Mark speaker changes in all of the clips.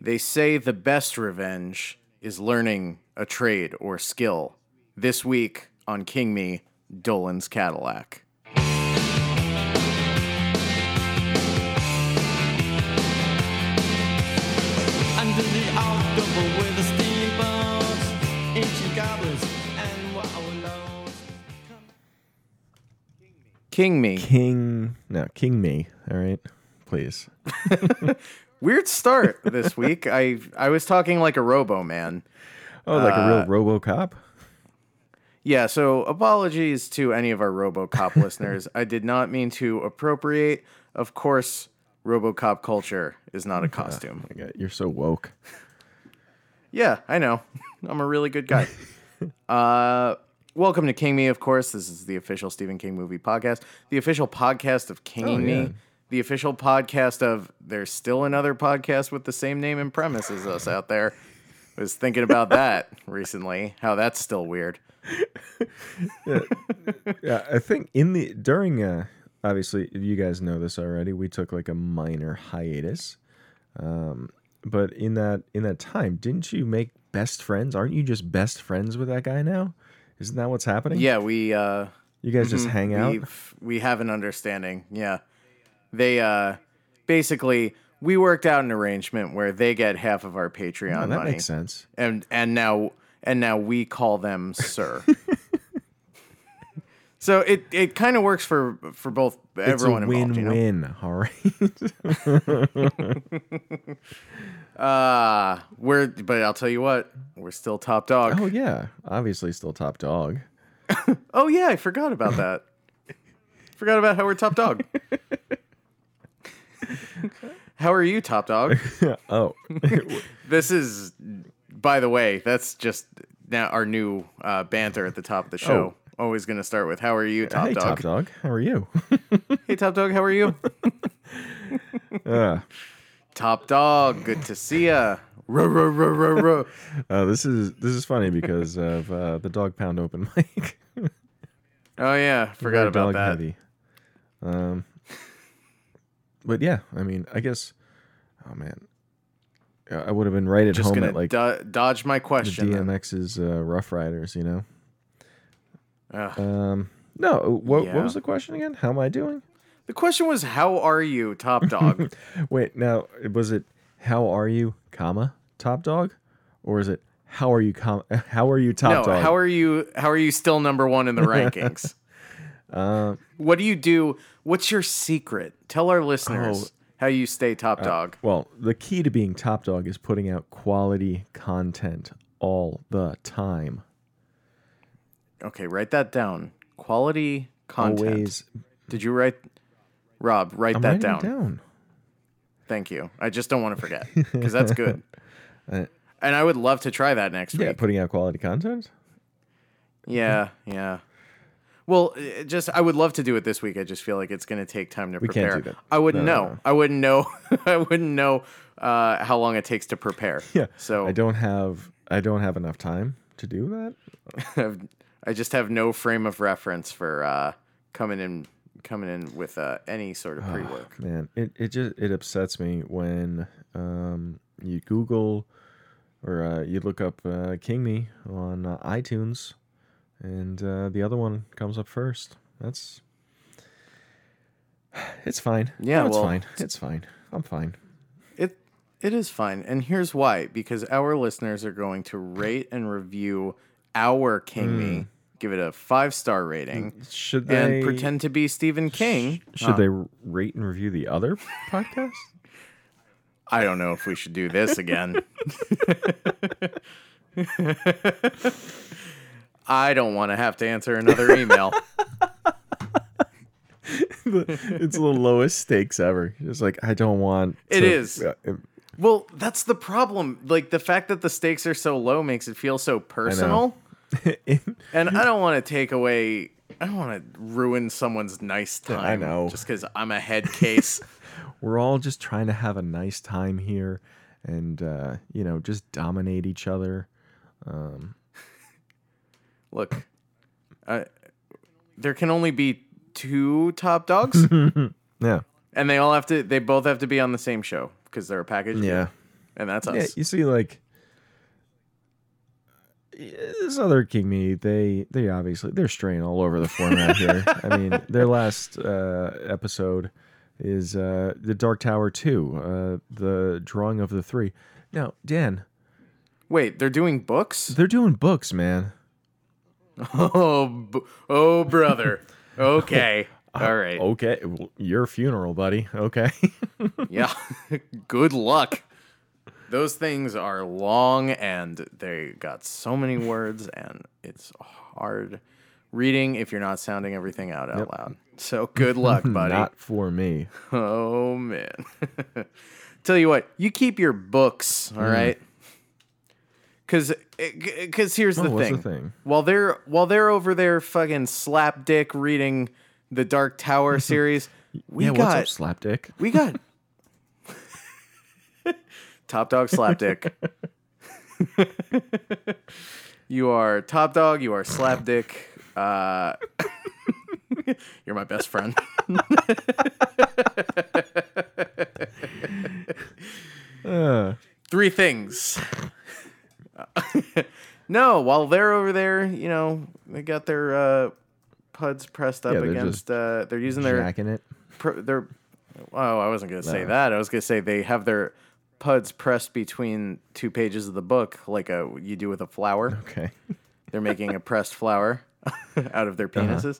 Speaker 1: They say the best revenge is learning a trade or skill. This week on King Me, Dolan's Cadillac.
Speaker 2: Under the October with the steamboats, ancient goblins, and wallows.
Speaker 1: King Me.
Speaker 3: King, no, King me. All right, please.
Speaker 1: Weird start this week. I I was talking like a robo man.
Speaker 3: Oh, like a real RoboCop.
Speaker 1: Yeah, so apologies to any of our RoboCop listeners. I did not mean to appropriate. Of course, RoboCop culture is not a costume.
Speaker 3: My God, you're so woke.
Speaker 1: Yeah, I know. I'm a really good guy. uh, welcome to King Me, of course. This is the official Stephen King movie podcast, the official podcast of King
Speaker 3: Oh, yeah.
Speaker 1: Me, the official podcast of there's still another podcast with the same name and premise as us out there. Was thinking about that recently, how that's still weird.
Speaker 3: Yeah, I think in the during uh obviously you guys know this already. We took like a minor hiatus. Um but in that in that time, didn't you make best friends? Aren't you just best friends with that guy now? Isn't that what's happening?
Speaker 1: Yeah, we uh
Speaker 3: You guys just hang out?
Speaker 1: We've, we have an understanding. Yeah. They uh basically we worked out an arrangement where they get half of our Patreon
Speaker 3: Oh, that
Speaker 1: money.
Speaker 3: makes sense.
Speaker 1: And and now and now we call them sir. so it it kind of works for for both everyone
Speaker 3: it's a
Speaker 1: involved, you know.
Speaker 3: win-win, all right.
Speaker 1: Uh we're but I'll tell you what, we're still top dog.
Speaker 3: oh
Speaker 1: Oh,
Speaker 3: yeah, obviously still top dog.
Speaker 1: yeah, I forgot about that. forgot about how we're top dog. how are you top dog?
Speaker 3: oh,
Speaker 1: This is, by the way, that's just now our new uh, banter at the top of the show. Always going to start with, "How are you, Top
Speaker 3: Oh. hey
Speaker 1: Dog?"
Speaker 3: top dog, how are you?
Speaker 1: Hey, Top Dog, how are you?
Speaker 3: uh,
Speaker 1: top Dog, good to see ya. Ruh, ruh, ruh, ruh, ruh.
Speaker 3: uh, this is this is funny because of uh, the dog pound open mic.
Speaker 1: Oh yeah, forgot
Speaker 3: Very
Speaker 1: about
Speaker 3: dog
Speaker 1: that.
Speaker 3: heavy. Um, but yeah, I mean, I guess. Oh man, I- I would have been right at
Speaker 1: Just
Speaker 3: home
Speaker 1: gonna
Speaker 3: at like
Speaker 1: do- dodge my
Speaker 3: the
Speaker 1: question. then.
Speaker 3: DMX's uh, Rough Riders, you know.
Speaker 1: Ugh.
Speaker 3: Um, no, what
Speaker 1: Yeah.
Speaker 3: what was the question again? How am I doing?
Speaker 1: the question was, "How are you, Top Dog?"
Speaker 3: Wait, now was it how are you, comma top dog, or is it how are you, com- how are you
Speaker 1: no,
Speaker 3: top dog?
Speaker 1: how are you? How are you still number one in the rankings?
Speaker 3: Um,
Speaker 1: what do you do? What's your secret? Tell our listeners
Speaker 3: Oh,
Speaker 1: how you stay Top
Speaker 3: uh,
Speaker 1: Dog.
Speaker 3: Well, the key to being top dog is putting out quality content all the time.
Speaker 1: Okay, write that down. Quality content.
Speaker 3: Always
Speaker 1: Did you write Rob, write
Speaker 3: I'm
Speaker 1: that
Speaker 3: writing it
Speaker 1: down.
Speaker 3: down.
Speaker 1: Thank you. I just don't want to forget cuz that's good. and I would love to try that next
Speaker 3: Yeah,
Speaker 1: week.
Speaker 3: putting out quality content.
Speaker 1: Yeah, yeah. Well, it just I would love to do it this week. I just feel like it's going to take time to
Speaker 3: can't
Speaker 1: prepare.
Speaker 3: do that.
Speaker 1: I wouldn't
Speaker 3: No,
Speaker 1: know.
Speaker 3: no, no.
Speaker 1: I wouldn't know. I wouldn't know uh, how long it takes to prepare.
Speaker 3: Yeah.
Speaker 1: So
Speaker 3: I don't have I don't have enough time to do that.
Speaker 1: have- I just have no frame of reference for uh, coming in coming in with uh, any sort
Speaker 3: Ah,
Speaker 1: of pre-work.
Speaker 3: Man, it, it just it upsets me when um, you Google or uh, you look up uh, King Me on uh, iTunes, and uh, the other one comes up first. That's it's fine.
Speaker 1: Yeah,
Speaker 3: No, it's
Speaker 1: well,
Speaker 3: fine. It's fine. I'm fine.
Speaker 1: It it is fine, and here's why: because our listeners are going to rate and review our King Me, give it a five star rating,
Speaker 3: Should Hmm. they
Speaker 1: and pretend to be Stephen King.
Speaker 3: Should they rate and review the other podcast?
Speaker 1: I don't know if we should do this again. I don't want to have to answer another email.
Speaker 3: it's the lowest stakes ever. It's like I don't want.
Speaker 1: It
Speaker 3: It
Speaker 1: is.
Speaker 3: is.
Speaker 1: well, that's the problem. Like the fact that the stakes are so low makes it feel so personal. And I don't want to take away. I don't want to ruin someone's nice time.
Speaker 3: I know.
Speaker 1: Just because I'm a head case.
Speaker 3: We're all just trying to have a nice time here, and uh, you know, just dominate each other.
Speaker 1: Look, I, there can only be two top dogs,
Speaker 3: Yeah.
Speaker 1: and they all have to. They both have to be on the same show because they're a package.
Speaker 3: Yeah.
Speaker 1: and that's us.
Speaker 3: Yeah, you see, like this other King Me, they they obviously they're straying all over the format here. I mean, their last uh, episode is uh, the Dark Tower Two, uh, the drawing of the three. Now, Dan,
Speaker 1: Wait, they're doing books?
Speaker 3: they're doing books, man.
Speaker 1: Oh, b- oh, brother. Okay.
Speaker 3: Uh,
Speaker 1: All right.
Speaker 3: Eh. Okay, well, your funeral, buddy. Okay.
Speaker 1: Yeah. Good luck. Those things are long and they got so many words and it's hard reading if you're not sounding everything out out loud. So good luck, buddy.
Speaker 3: Not for me.
Speaker 1: Oh man. Tell you what, you keep your books,
Speaker 3: Hmm.
Speaker 1: all right? eh, Cuz cuz here's the,
Speaker 3: Oh, what's
Speaker 1: thing.
Speaker 3: the thing?
Speaker 1: While they're while they're over there fucking slap dick reading the Dark Tower series, we
Speaker 3: yeah, what's
Speaker 1: got
Speaker 3: up, slapdick?
Speaker 1: we got Top Dog Slapdick. you are Top Dog, you are Slapdick. Uh, you're my best friend.
Speaker 3: Uh,
Speaker 1: Three things. Uh, no, while they're over there, you know, they got their uh, puds pressed up
Speaker 3: Yeah, they're
Speaker 1: against uh, they're using their
Speaker 3: jacking it.
Speaker 1: pr- they're oh i wasn't going to say that i was going to say they have their puds pressed between two pages of the book like a you do with a flower
Speaker 3: Okay.
Speaker 1: they're making a pressed flower out of their penises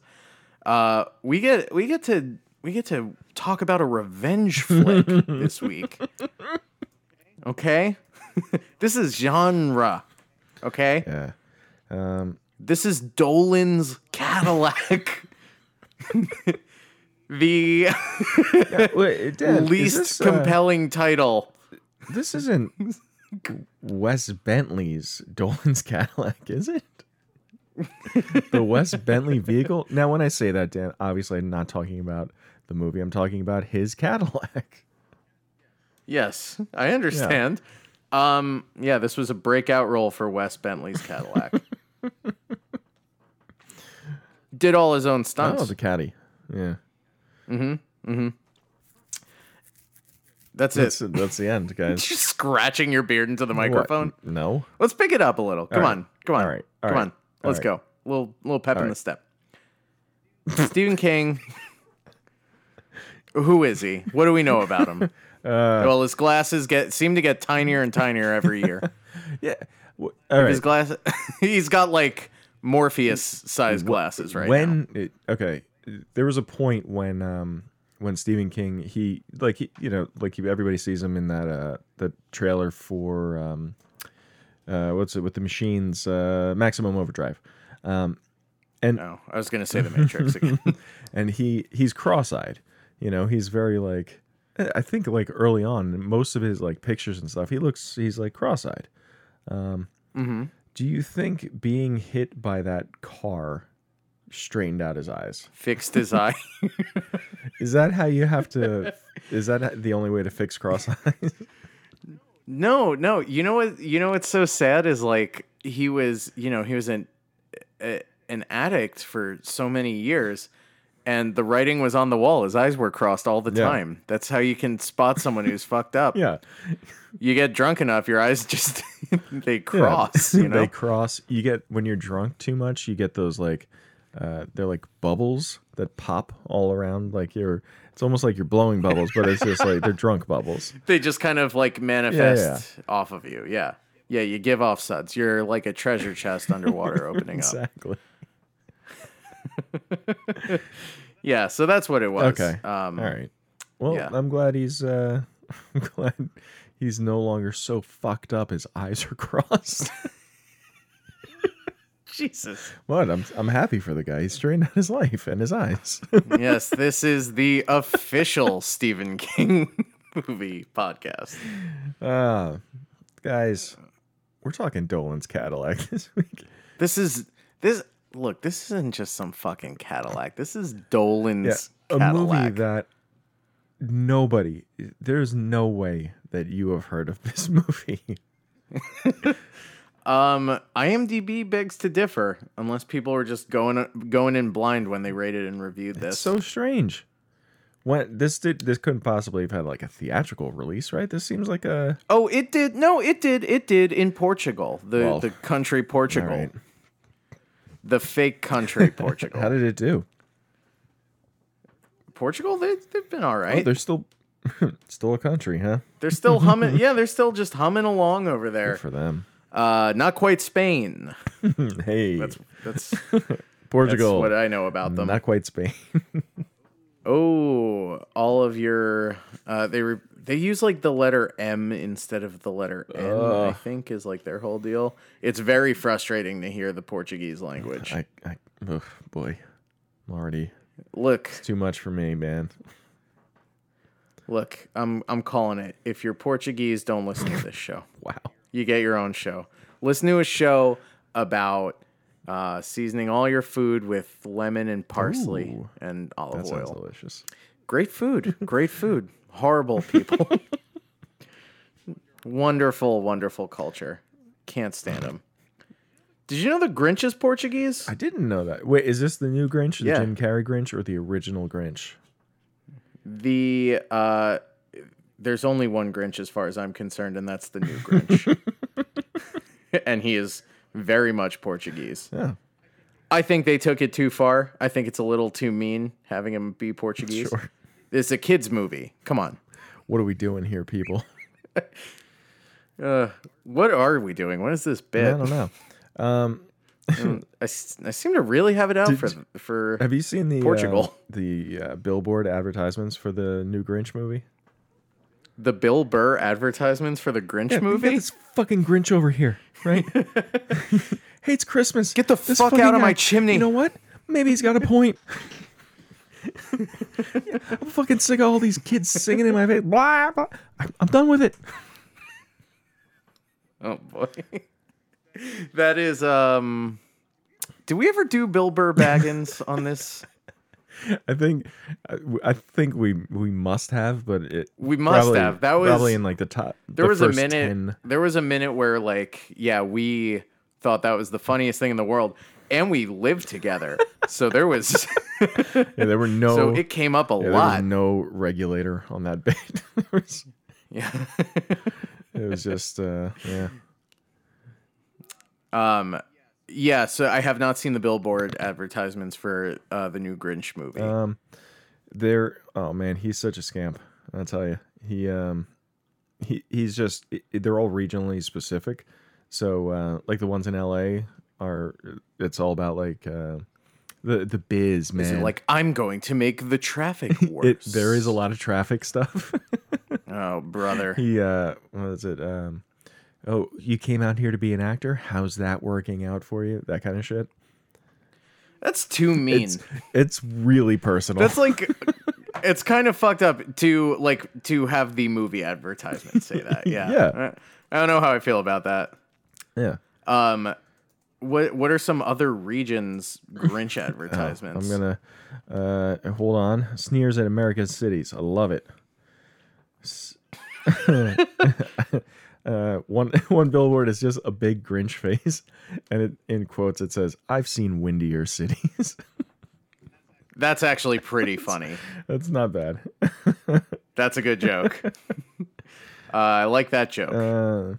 Speaker 1: uh, we get we get to we get to talk about a revenge flick this week okay this is genre okay
Speaker 3: Yeah.
Speaker 1: this is dolan's cadillac the
Speaker 3: Wait, Dan, is
Speaker 1: least
Speaker 3: this, uh,
Speaker 1: compelling title.
Speaker 3: this isn't Wes Bentley's Dolan's Cadillac, is it? the Wes Bentley vehicle. Now, when I say that, Dan, obviously I'm not talking about the movie. I'm talking about his Cadillac.
Speaker 1: Yes, I understand. Um, yeah, this was a breakout role for Wes Bentley's Cadillac. Did all his own stunts.
Speaker 3: Oh, the caddy. Yeah,
Speaker 1: that's,
Speaker 3: that's
Speaker 1: it.
Speaker 3: that's the end, guys.
Speaker 1: Just scratching your beard into the
Speaker 3: What?
Speaker 1: microphone.
Speaker 3: No.
Speaker 1: Let's pick it up a little. Come
Speaker 3: right.
Speaker 1: on, come on,
Speaker 3: All right. All
Speaker 1: come
Speaker 3: right.
Speaker 1: on.
Speaker 3: All
Speaker 1: Let's
Speaker 3: right.
Speaker 1: go. Little little pep in
Speaker 3: right.
Speaker 1: the step. Stephen King. Who is he? What do we know about him?
Speaker 3: Uh,
Speaker 1: well, his glasses get seem to get tinier and tinier every year.
Speaker 3: Yeah. wh- All right.
Speaker 1: His glass. he's got like Morpheus sized glasses right now.
Speaker 3: when it, okay there was a point when um when Stephen King he like he, you know like he, everybody sees him in that uh the trailer for um uh what's it with the machines uh maximum overdrive
Speaker 1: No, I was gonna say the Matrix again.
Speaker 3: and he he's cross-eyed you know he's very like eh, I I think like early on most of his like pictures and stuff he looks he's like cross-eyed um
Speaker 1: Mm-hmm.
Speaker 3: do you think being hit by that car straightened out his eyes
Speaker 1: Fixed his eye.
Speaker 3: Is that how you have to? is that the only way to fix cross eyes?
Speaker 1: No, no. You know what? You know what's so sad is like he was. You know, he was an a, an addict for so many years, and the writing was on the wall. His eyes were crossed all the
Speaker 3: Yeah.
Speaker 1: time. That's how you can spot someone who's fucked up.
Speaker 3: yeah,
Speaker 1: You get drunk enough, your eyes just they cross. You know.
Speaker 3: they cross. You get when you're drunk too much. You get those like, uh, they're like bubbles that pop all around. Like you're, it's almost like you're blowing bubbles, but it's just like they're drunk bubbles.
Speaker 1: they just kind of like manifest off of you. Yeah. Yeah, you give off suds. You're like a treasure chest underwater opening up.
Speaker 3: Exactly.
Speaker 1: Yeah, so that's what it was.
Speaker 3: Okay.
Speaker 1: Um,
Speaker 3: all right. Well,
Speaker 1: yeah.
Speaker 3: I'm glad he's. Uh, I'm glad he's no longer so fucked up. His eyes are crossed.
Speaker 1: Jesus.
Speaker 3: what? I'm I'm happy for the guy. He's straightened out his life and his eyes.
Speaker 1: yes, this is the official Stephen King movie podcast.
Speaker 3: Uh, guys, we're talking Dolan's Cadillac this week.
Speaker 1: This is this look, this isn't just some fucking Cadillac. This is Dolan's
Speaker 3: a movie
Speaker 1: Cadillac.
Speaker 3: that nobody, there's no way that you have heard of this movie.
Speaker 1: um IMDb begs to differ unless people were just going going in blind when they rated and reviewed this.
Speaker 3: It's so strange. When this did this couldn't possibly have had like a theatrical release, right? This seems like a
Speaker 1: Oh, it did. No, it did. It did in Portugal, the
Speaker 3: Well,
Speaker 1: the country Portugal,
Speaker 3: all right.
Speaker 1: the fake country
Speaker 3: How
Speaker 1: Portugal.
Speaker 3: did it do?
Speaker 1: Portugal, they they've been all
Speaker 3: Oh,
Speaker 1: right.
Speaker 3: they're still still a country, huh?
Speaker 1: they're still humming. yeah, they're still just humming along over there.
Speaker 3: Good for them.
Speaker 1: Uh, not quite Spain.
Speaker 3: Hey,
Speaker 1: That's that's, that's
Speaker 3: Portugal.
Speaker 1: what I know about them.
Speaker 3: Not quite Spain.
Speaker 1: Oh, all of your uh, they re- they use like the letter M instead of the letter N. I
Speaker 3: Ugh.
Speaker 1: think is like their whole deal. It's very frustrating to hear the Portuguese language.
Speaker 3: I, I, oh boy, I'm already
Speaker 1: Look,
Speaker 3: too much for me, man.
Speaker 1: look, I'm I'm calling it. If you're Portuguese, don't listen to this show.
Speaker 3: Wow.
Speaker 1: You get your own show. Listen to a show about uh, seasoning all your food with lemon and parsley
Speaker 3: Ooh.
Speaker 1: and olive
Speaker 3: That sounds
Speaker 1: oil.
Speaker 3: delicious.
Speaker 1: Great food. Great food. Horrible people. wonderful, wonderful culture. Can't stand them. Did you know the Grinch is Portuguese?
Speaker 3: I didn't know that. Wait, is this the new Grinch, the
Speaker 1: Yeah.
Speaker 3: Jim Carrey Grinch, or the original Grinch?
Speaker 1: The uh, there's only one Grinch as far as I'm concerned, and that's the new Grinch. and he is very much Portuguese.
Speaker 3: Yeah,
Speaker 1: I think they took it too far. I think it's a little too mean having him be Portuguese.
Speaker 3: sure.
Speaker 1: It's a kids movie. Come on.
Speaker 3: What are we doing here, people?
Speaker 1: Uh, what are we doing? What is this bit?
Speaker 3: I don't know.
Speaker 1: I, s- I seem to really have it out
Speaker 3: Did-
Speaker 1: for th- for
Speaker 3: Have you seen the uh,
Speaker 1: Portugal.
Speaker 3: the uh, billboard advertisements for the new Grinch movie?
Speaker 1: the Bill Burr advertisements for the Grinch movie.
Speaker 3: Get this fucking Grinch over here, right? Hates Christmas. Get
Speaker 1: the fuck out of my chimney.
Speaker 3: You know what? Maybe he's got a point. I'm fucking sick of all these kids singing in my face. Blah, blah. I'm, I'm done with it.
Speaker 1: Oh boy, that is um. Do we ever do Bill Burr Baggins on this?
Speaker 3: I think, I, I think we we must have, but it
Speaker 1: We must
Speaker 3: probably-
Speaker 1: have. That was-
Speaker 3: probably in like the top.
Speaker 1: There
Speaker 3: the
Speaker 1: was a
Speaker 3: first
Speaker 1: minute.
Speaker 3: 10.
Speaker 1: There was a minute where like yeah, we thought that was the funniest thing in the world, and we lived together, so there was
Speaker 3: Yeah, there were no.
Speaker 1: so it came up a
Speaker 3: yeah, there was
Speaker 1: lot.
Speaker 3: no regulator on that bait. There was-
Speaker 1: yeah.
Speaker 3: it was just uh, yeah.
Speaker 1: Yeah, so I have not seen the billboard advertisements for uh, the new Grinch movie.
Speaker 3: Um, there oh man he's such a scamp i'll tell you he um he he's just i- they're all regionally specific so uh like the ones in la are it's all about like uh the the biz man
Speaker 1: Is it like I'm going to make the traffic worse?
Speaker 3: it, there is a lot of traffic stuff
Speaker 1: Oh, brother.
Speaker 3: he uh what is it um oh you came out here to be an actor how's that working out for you that kind of shit
Speaker 1: That's too mean.
Speaker 3: it's it's really personal
Speaker 1: That's like it's kind of fucked up to like to have the movie advertisement say that. Yeah.
Speaker 3: Yeah.
Speaker 1: Uh, I don't know how I feel about that.
Speaker 3: yeah
Speaker 1: Um what what are some other regions Grinch Oh, advertisements?
Speaker 3: I'm gonna uh, hold on. Sneers at America's cities. I love it. S- uh, one one billboard is just a big Grinch face, and it in quotes it says, "I've seen windier cities."
Speaker 1: That's actually pretty funny.
Speaker 3: That's not bad.
Speaker 1: That's a good joke. uh, I like that joke.
Speaker 3: Uh,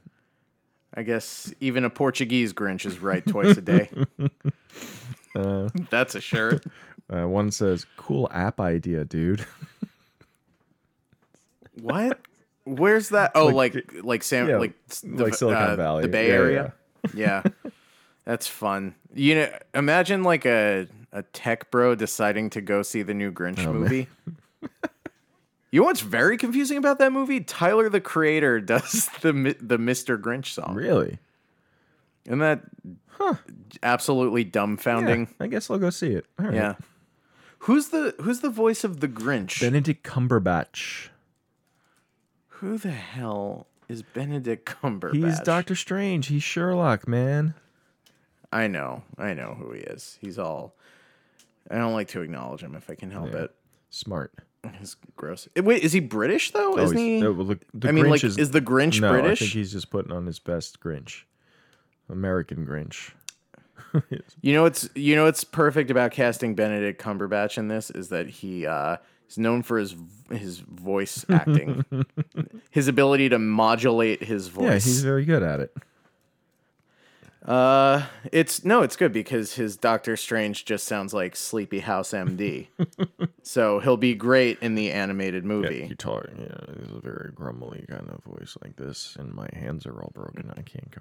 Speaker 1: I guess even a Portuguese Grinch is right twice a day. That's a shirt.
Speaker 3: uh, one says, "Cool app idea, dude."
Speaker 1: What? Where's that? Oh, like
Speaker 3: Like,
Speaker 1: like, Sam,
Speaker 3: yeah,
Speaker 1: like s-
Speaker 3: like Silicon Valley.
Speaker 1: the Bay
Speaker 3: Yeah, yeah,
Speaker 1: Area. Yeah, that's fun. You know, imagine like a a tech bro deciding to go see the new
Speaker 3: Oh,
Speaker 1: Grinch movie. you know what's very confusing about that movie? Tyler the Creator does the Mi- the Mr. Grinch song.
Speaker 3: Really?
Speaker 1: Isn't that absolutely dumbfounding?
Speaker 3: I guess I'll go see it. All right.
Speaker 1: Yeah. Who's the Who's the voice of the Grinch?
Speaker 3: Benedict Cumberbatch.
Speaker 1: Who the hell is Benedict Cumberbatch?
Speaker 3: He's Doctor Strange. He's Sherlock, man.
Speaker 1: I know, I know who he is. He's all. I don't like to acknowledge him if I can help it.
Speaker 3: Smart.
Speaker 1: He's gross. Eh, Wait, is he British though? Isn't
Speaker 3: Oh, he's-
Speaker 1: he?
Speaker 3: no, well, look, the
Speaker 1: I mean,
Speaker 3: Grinch
Speaker 1: like,
Speaker 3: is,
Speaker 1: is, the Grinch
Speaker 3: no,
Speaker 1: British?
Speaker 3: I think he's just putting on his best Grinch, American Grinch.
Speaker 1: you know, it's you know, it's perfect about casting Benedict Cumberbatch in this is that he uh, He's known for his his voice acting, his ability to modulate his voice.
Speaker 3: Yeah, he's very good at it.
Speaker 1: Uh, it's no, it's good because his Doctor Strange just sounds like Sleepy House MD. so he'll be great in the animated movie.
Speaker 3: guitar. Yeah, it's a very grumbly kind of voice like this, and my hands are all broken. I can't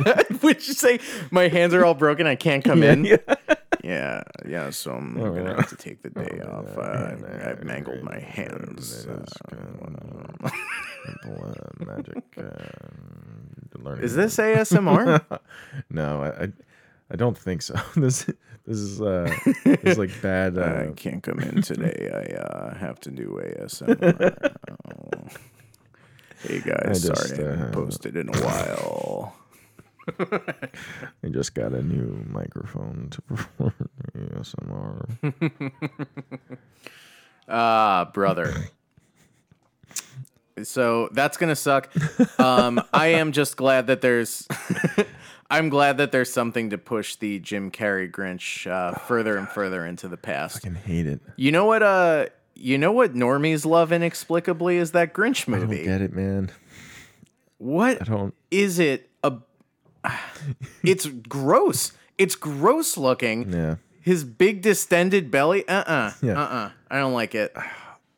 Speaker 3: come in.
Speaker 1: Would you say my hands are all broken? I can't come in.
Speaker 3: yeah. Oh,
Speaker 1: Yeah, yeah. So I'm gonna have to take the day off. Uh, I've mangled my hands. Uh,
Speaker 3: uh, magic. uh, learning
Speaker 1: is this ASMR?
Speaker 3: No, I, I, I don't think so. This, this is, uh, this is like bad.
Speaker 1: I
Speaker 3: Uh,
Speaker 1: can't come in today. I uh, have to do ASMR. Oh. Hey guys,
Speaker 3: I just,
Speaker 1: sorry I haven't
Speaker 3: uh,
Speaker 1: posted in a while.
Speaker 3: I just got a new microphone to perform ASMR.
Speaker 1: Ah, brother. so that's gonna suck. Um, I am just glad that there's. I'm glad that there's something to push the Jim Carrey Grinch uh, further and further into the past.
Speaker 3: I can hate it.
Speaker 1: You know what? Uh, you know what normies love inexplicably is that Grinch
Speaker 3: I don't
Speaker 1: movie.
Speaker 3: get it, man. I
Speaker 1: What
Speaker 3: don't.
Speaker 1: is it? A, it's gross. It's gross looking.
Speaker 3: Yeah.
Speaker 1: His big distended belly. Uh uh-uh, uh.
Speaker 3: Yeah.
Speaker 1: I don't like it.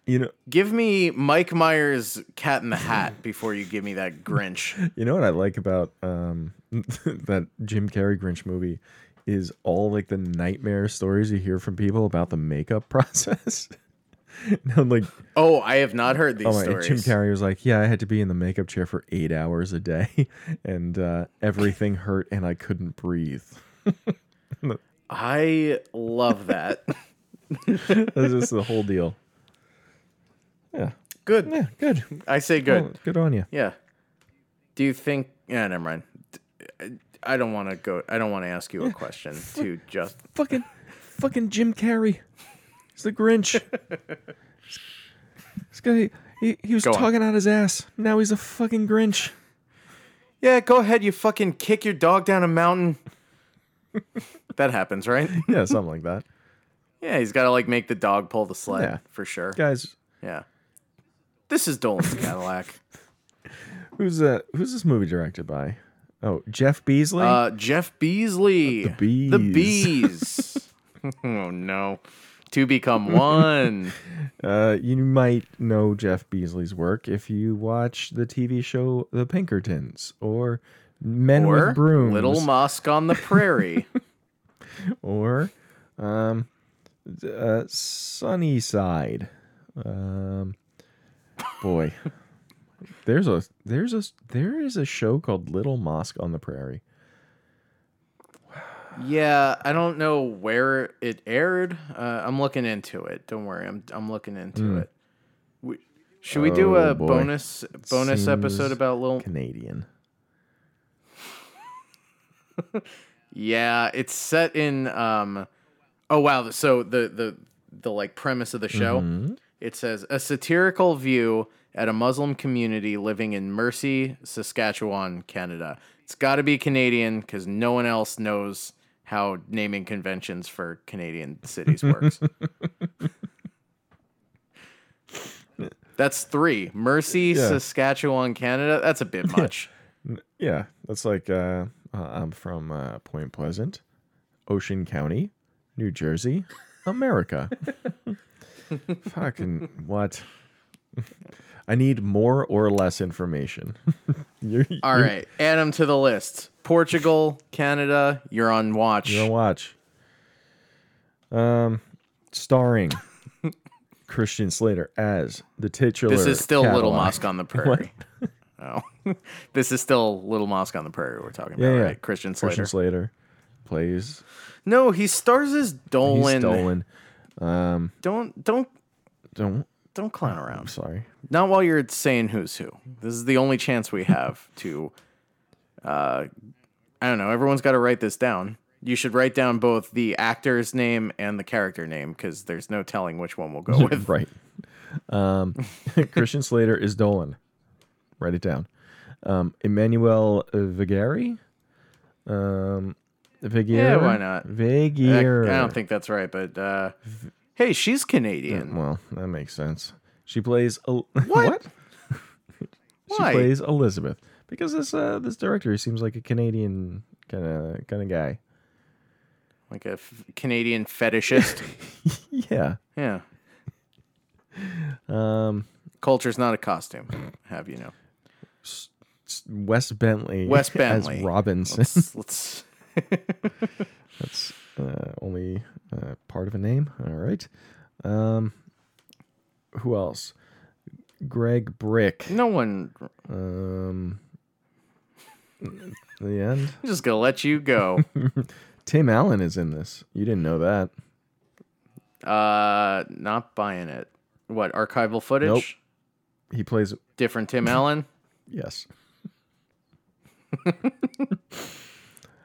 Speaker 3: You know.
Speaker 1: Give me Mike Myers Cat in the Hat before you give me that Grinch.
Speaker 3: You know what I like about um, that Jim Carrey Grinch movie is all like the nightmare stories you hear from people about the makeup process. no, like
Speaker 1: Oh, I have not heard these
Speaker 3: oh my,
Speaker 1: stories.
Speaker 3: Jim Carrey was like, yeah, I had to be in the makeup chair for eight hours a day, and uh, everything hurt, and I couldn't breathe.
Speaker 1: I love that.
Speaker 3: That's just the whole deal. Yeah,
Speaker 1: good.
Speaker 3: yeah, good,
Speaker 1: I say good.
Speaker 3: Well, good on you.
Speaker 1: Yeah. Do you think? Yeah, never mind. D- I don't want to go. I don't want to ask you a question. To just
Speaker 3: Fucking, fucking Jim Carrey. He's the Grinch. this guy, he, he was
Speaker 1: Go on.
Speaker 3: talking out his ass. Now he's a fucking Grinch.
Speaker 1: yeah, go ahead. You fucking kick your dog down a mountain. that happens, right?
Speaker 3: Yeah, something like that.
Speaker 1: Yeah, he's got to like make the dog pull the sled
Speaker 3: Yeah.
Speaker 1: for sure.
Speaker 3: Guys,
Speaker 1: Yeah. This is Dolan's Cadillac.
Speaker 3: who's uh, who's this movie directed by? Oh, Jeff Beasley.
Speaker 1: Uh, Jeff Beasley. The
Speaker 3: bees.
Speaker 1: The bees. oh no. To become one.
Speaker 3: Uh, you might know Jeff Beasley's work if you watch the TV show The Pinkertons or Men
Speaker 1: or
Speaker 3: with Brooms
Speaker 1: Little Mosque on the Prairie.
Speaker 3: or um, d- uh, Sunny Side. Um, boy, there's a there's a there is a show called Little Mosque on the Prairie.
Speaker 1: yeah, I don't know where it aired. Uh, I'm looking into it. Don't worry, I'm I'm looking into it. We, should we do
Speaker 3: Hmm. Oh,
Speaker 1: a
Speaker 3: boy.
Speaker 1: bonus bonus
Speaker 3: Seems
Speaker 1: episode about Little?
Speaker 3: Canadian.
Speaker 1: Yeah, it's set in. Um, oh wow! So the the the like premise of the show. It says a satirical view at a Muslim community living in Mercy, Saskatchewan, Canada. It's got to be Canadian because no one else knows how naming conventions for Canadian cities works. That's three. Mercy,
Speaker 3: Yeah.
Speaker 1: Saskatchewan, Canada. That's a bit much.
Speaker 3: Yeah, that's like uh, uh, I'm from uh, Point Pleasant, Ocean County, New Jersey, America. Fucking what? I need more or less information. you're,
Speaker 1: All right, add them to the list. Portugal, Canada, you're on watch.
Speaker 3: you're gonna watch. Um, starring Christian Slater as the titular.
Speaker 1: this is still Little
Speaker 3: Cadillac.
Speaker 1: Mosque on the Prairie. oh, this is still Little Mosque on the Prairie we're talking about,
Speaker 3: Yeah, yeah.
Speaker 1: right? Christian Slater.
Speaker 3: Christian Slater plays
Speaker 1: no, he stars as
Speaker 3: he's
Speaker 1: Dolan.
Speaker 3: Dolan.
Speaker 1: Don't don't
Speaker 3: Don't.
Speaker 1: don't clown
Speaker 3: I'm
Speaker 1: around.
Speaker 3: sorry.
Speaker 1: Not while you're saying who's who. This is the only chance we have to. Uh, I don't know. Everyone's got to write this down. You should write down both the actor's name and the character name because there's no telling which one we'll go with.
Speaker 3: Right. Um, Christian Slater is Dolan. Write it down. Um, Emmanuel uh, Vigeri. Um, Vigier.
Speaker 1: why not?
Speaker 3: Vigier.
Speaker 1: I, I don't think that's right, but uh, Hey, she's Canadian.
Speaker 3: Well, that makes sense. She plays El- what? she
Speaker 1: Why?
Speaker 3: plays Elizabeth because this uh, this director he seems like a Canadian kind of kind of guy.
Speaker 1: Like a f- Canadian fetishist.
Speaker 3: Yeah.
Speaker 1: yeah.
Speaker 3: Um,
Speaker 1: Culture's not a costume, have you know.
Speaker 3: s- Wes Bentley.
Speaker 1: Wes
Speaker 3: as
Speaker 1: Bentley.
Speaker 3: Robinson.
Speaker 1: Let's, let's
Speaker 3: That's uh, only uh, part of a name. All right. Um, who else? Greg Brick.
Speaker 1: no one
Speaker 3: Um, the end.
Speaker 1: I'm just gonna let you go.
Speaker 3: Tim Allen is in this. You didn't know that.
Speaker 1: Uh, not buying it. What archival footage?
Speaker 3: Nope. He plays.
Speaker 1: Different Tim Allen.
Speaker 3: Yes. All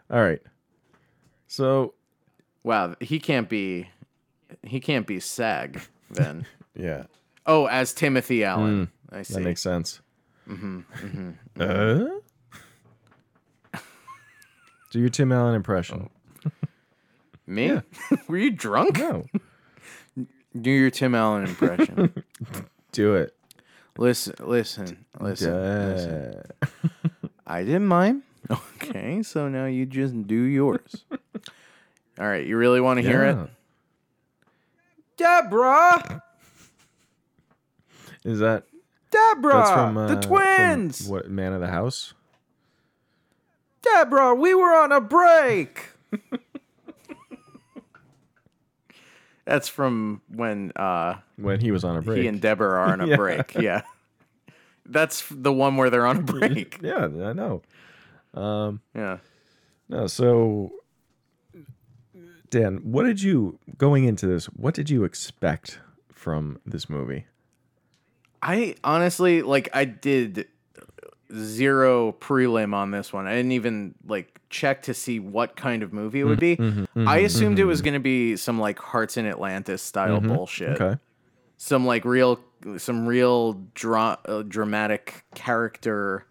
Speaker 3: right. So
Speaker 1: Wow, he can't be. He can't be SAG then.
Speaker 3: yeah,
Speaker 1: oh, as Timothy Allen. I see.
Speaker 3: Hmm. that makes sense. Mm-hmm, Uh? Do your Tim Allen impression.
Speaker 1: Me? Were you drunk?
Speaker 3: No.
Speaker 1: Do your Tim Allen impression.
Speaker 3: Do it.
Speaker 1: listen, listen, listen, listen.
Speaker 3: Uh,
Speaker 1: I did mine. Okay, so now you just do yours. All right, you really want to hear
Speaker 3: yeah.
Speaker 1: it? Deborah!
Speaker 3: Is that
Speaker 1: Deborah!
Speaker 3: that's from uh,
Speaker 1: the
Speaker 3: from
Speaker 1: twins!
Speaker 3: what Man of the House?
Speaker 1: Deborah, we were on a break. That's from when uh,
Speaker 3: When he was on a break.
Speaker 1: he and Deborah are on a
Speaker 3: Yeah.
Speaker 1: break. Yeah. That's the one where they're on a break.
Speaker 3: yeah, I know.
Speaker 1: Yeah.
Speaker 3: No, so Dan, what did you going into this? What did you expect from this movie?
Speaker 1: I honestly, like, I did zero prelim on this one. I didn't even, like, check to see what kind of movie it would
Speaker 3: Mm-hmm.
Speaker 1: be. I assumed it was going to be some, like, Hearts in Atlantis style bullshit.
Speaker 3: Mm-hmm. Okay.
Speaker 1: some like real some real dra- uh, dramatic character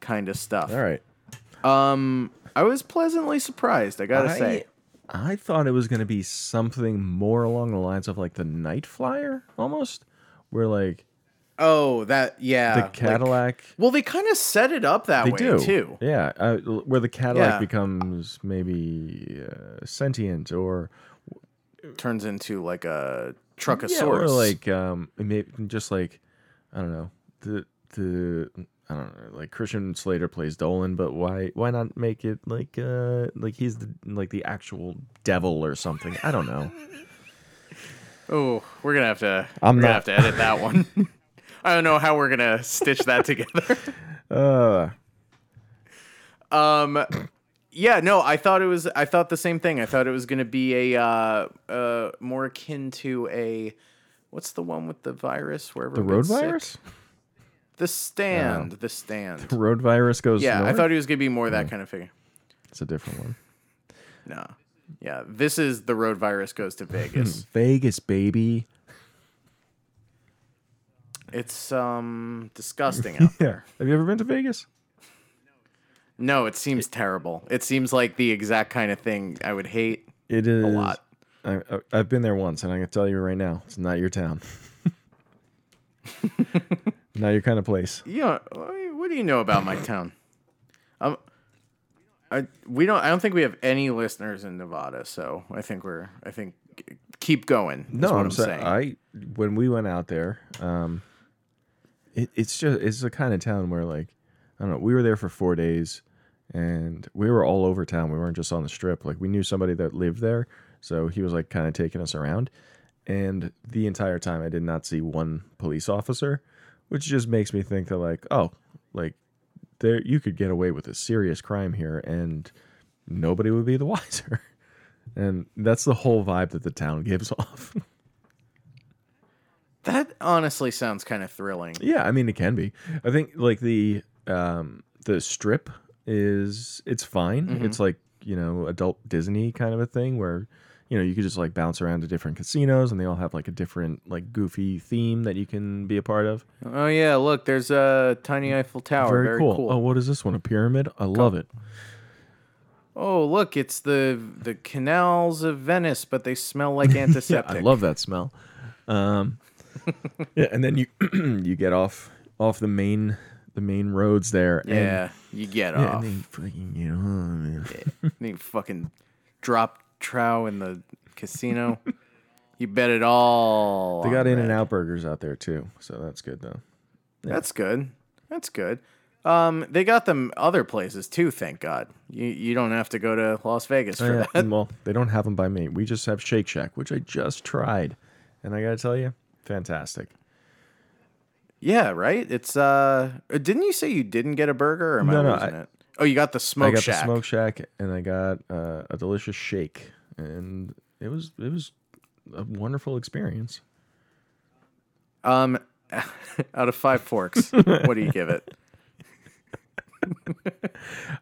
Speaker 1: kind of stuff.
Speaker 3: All right.
Speaker 1: Um I was pleasantly surprised, I got to say.
Speaker 3: I thought it was going to be something more along the lines of like the Night Flyer almost, where like
Speaker 1: Oh, that yeah.
Speaker 3: the
Speaker 1: like-
Speaker 3: Cadillac
Speaker 1: well, they kind of set it up that
Speaker 3: They
Speaker 1: way
Speaker 3: do
Speaker 1: too.
Speaker 3: Yeah, uh, l- where the Cadillac
Speaker 1: Yeah.
Speaker 3: becomes maybe uh, sentient or
Speaker 1: Turns into like a truckosaurus.
Speaker 3: yeah, or like um, maybe just like I don't know the the I don't know like Christian Slater plays Dolan, but why why not make it like uh like he's the like the actual devil or something? I don't know.
Speaker 1: Oh, we're going to have to
Speaker 3: I'm
Speaker 1: we're
Speaker 3: not-
Speaker 1: gonna have to edit that one. I don't know how we're going to stitch that together.
Speaker 3: Uh,
Speaker 1: Um, yeah, no, I thought it was. I thought the same thing. I thought it was going to be a uh, uh, more akin to a what's the one with the virus? Wherever
Speaker 3: the road virus.
Speaker 1: the stand, the stand.
Speaker 3: Road Mm. virus goes.
Speaker 1: Yeah, I
Speaker 3: north?
Speaker 1: thought he was going to be more that kind of figure.
Speaker 3: it's a different one.
Speaker 1: No, yeah, this is the road virus goes to Vegas.
Speaker 3: Hmm. Vegas, baby.
Speaker 1: it's um disgusting out
Speaker 3: Yeah. Have you ever been to Vegas?
Speaker 1: No, it seems terrible. It seems like the exact kind of thing I would hate.
Speaker 3: It is
Speaker 1: lot.
Speaker 3: I, I- I've been there once, and I can tell you right now, it's not your town. not your kind of place.
Speaker 1: you know, what do you know about my town? Um, I we don't. I don't think we have any listeners in Nevada, so I think we're. I think keep going. Is
Speaker 3: No,
Speaker 1: what
Speaker 3: I'm,
Speaker 1: I'm
Speaker 3: sa-
Speaker 1: saying.
Speaker 3: I when we went out there, um, it, it's just it's the kind of town where like I don't know. We were there for four days, and we were all over town. We weren't just on the strip. Like we knew somebody that lived there, so he was like kind of taking us around. And the entire time, I did not see one police officer, which just makes me think that like oh, like there you could get away with a serious crime here, and nobody would be the wiser. And that's the whole vibe that the town gives off.
Speaker 1: that honestly sounds kind of thrilling.
Speaker 3: Yeah, I mean it can be. I think like the um the strip is it's fine.
Speaker 1: Mm-hmm.
Speaker 3: It's like, you know, adult Disney kind of a thing where you know, you could just like bounce around to different casinos and they all have like a different like goofy theme that you can be a part of.
Speaker 1: Oh yeah, look, there's a tiny Eiffel Tower. Oh, Very,
Speaker 3: Oh, what is this one? A pyramid? I love it.
Speaker 1: oh look, it's the the canals of Venice, but they smell like antiseptic.
Speaker 3: I love that smell. Um, yeah, and then you you get off off the main the main roads there. and-
Speaker 1: Yeah, you get
Speaker 3: yeah,
Speaker 1: off.
Speaker 3: and then you fucking get home. man.
Speaker 1: And you fucking drop trow in the casino. you bet it all.
Speaker 3: They
Speaker 1: on
Speaker 3: got In
Speaker 1: red.
Speaker 3: and Out burgers out there too, so that's good though.
Speaker 1: That's good. That's good. Um, they got them other places too. Thank God. You you don't have to go to Las Vegas for
Speaker 3: Oh, Yeah,
Speaker 1: that.
Speaker 3: and, well, they don't have them by me. We just have Shake Shack, which I just tried, and I gotta tell you, fantastic.
Speaker 1: Yeah, right. It's uh, didn't you say you didn't get a burger? Or am
Speaker 3: No,
Speaker 1: I
Speaker 3: no,
Speaker 1: losing
Speaker 3: I-
Speaker 1: it? Oh, you got the smoke
Speaker 3: I got
Speaker 1: shack.
Speaker 3: the Smoke Shack, and I got uh, a delicious shake, and it was it was a wonderful experience.
Speaker 1: Um, out of five forks, what do you give it?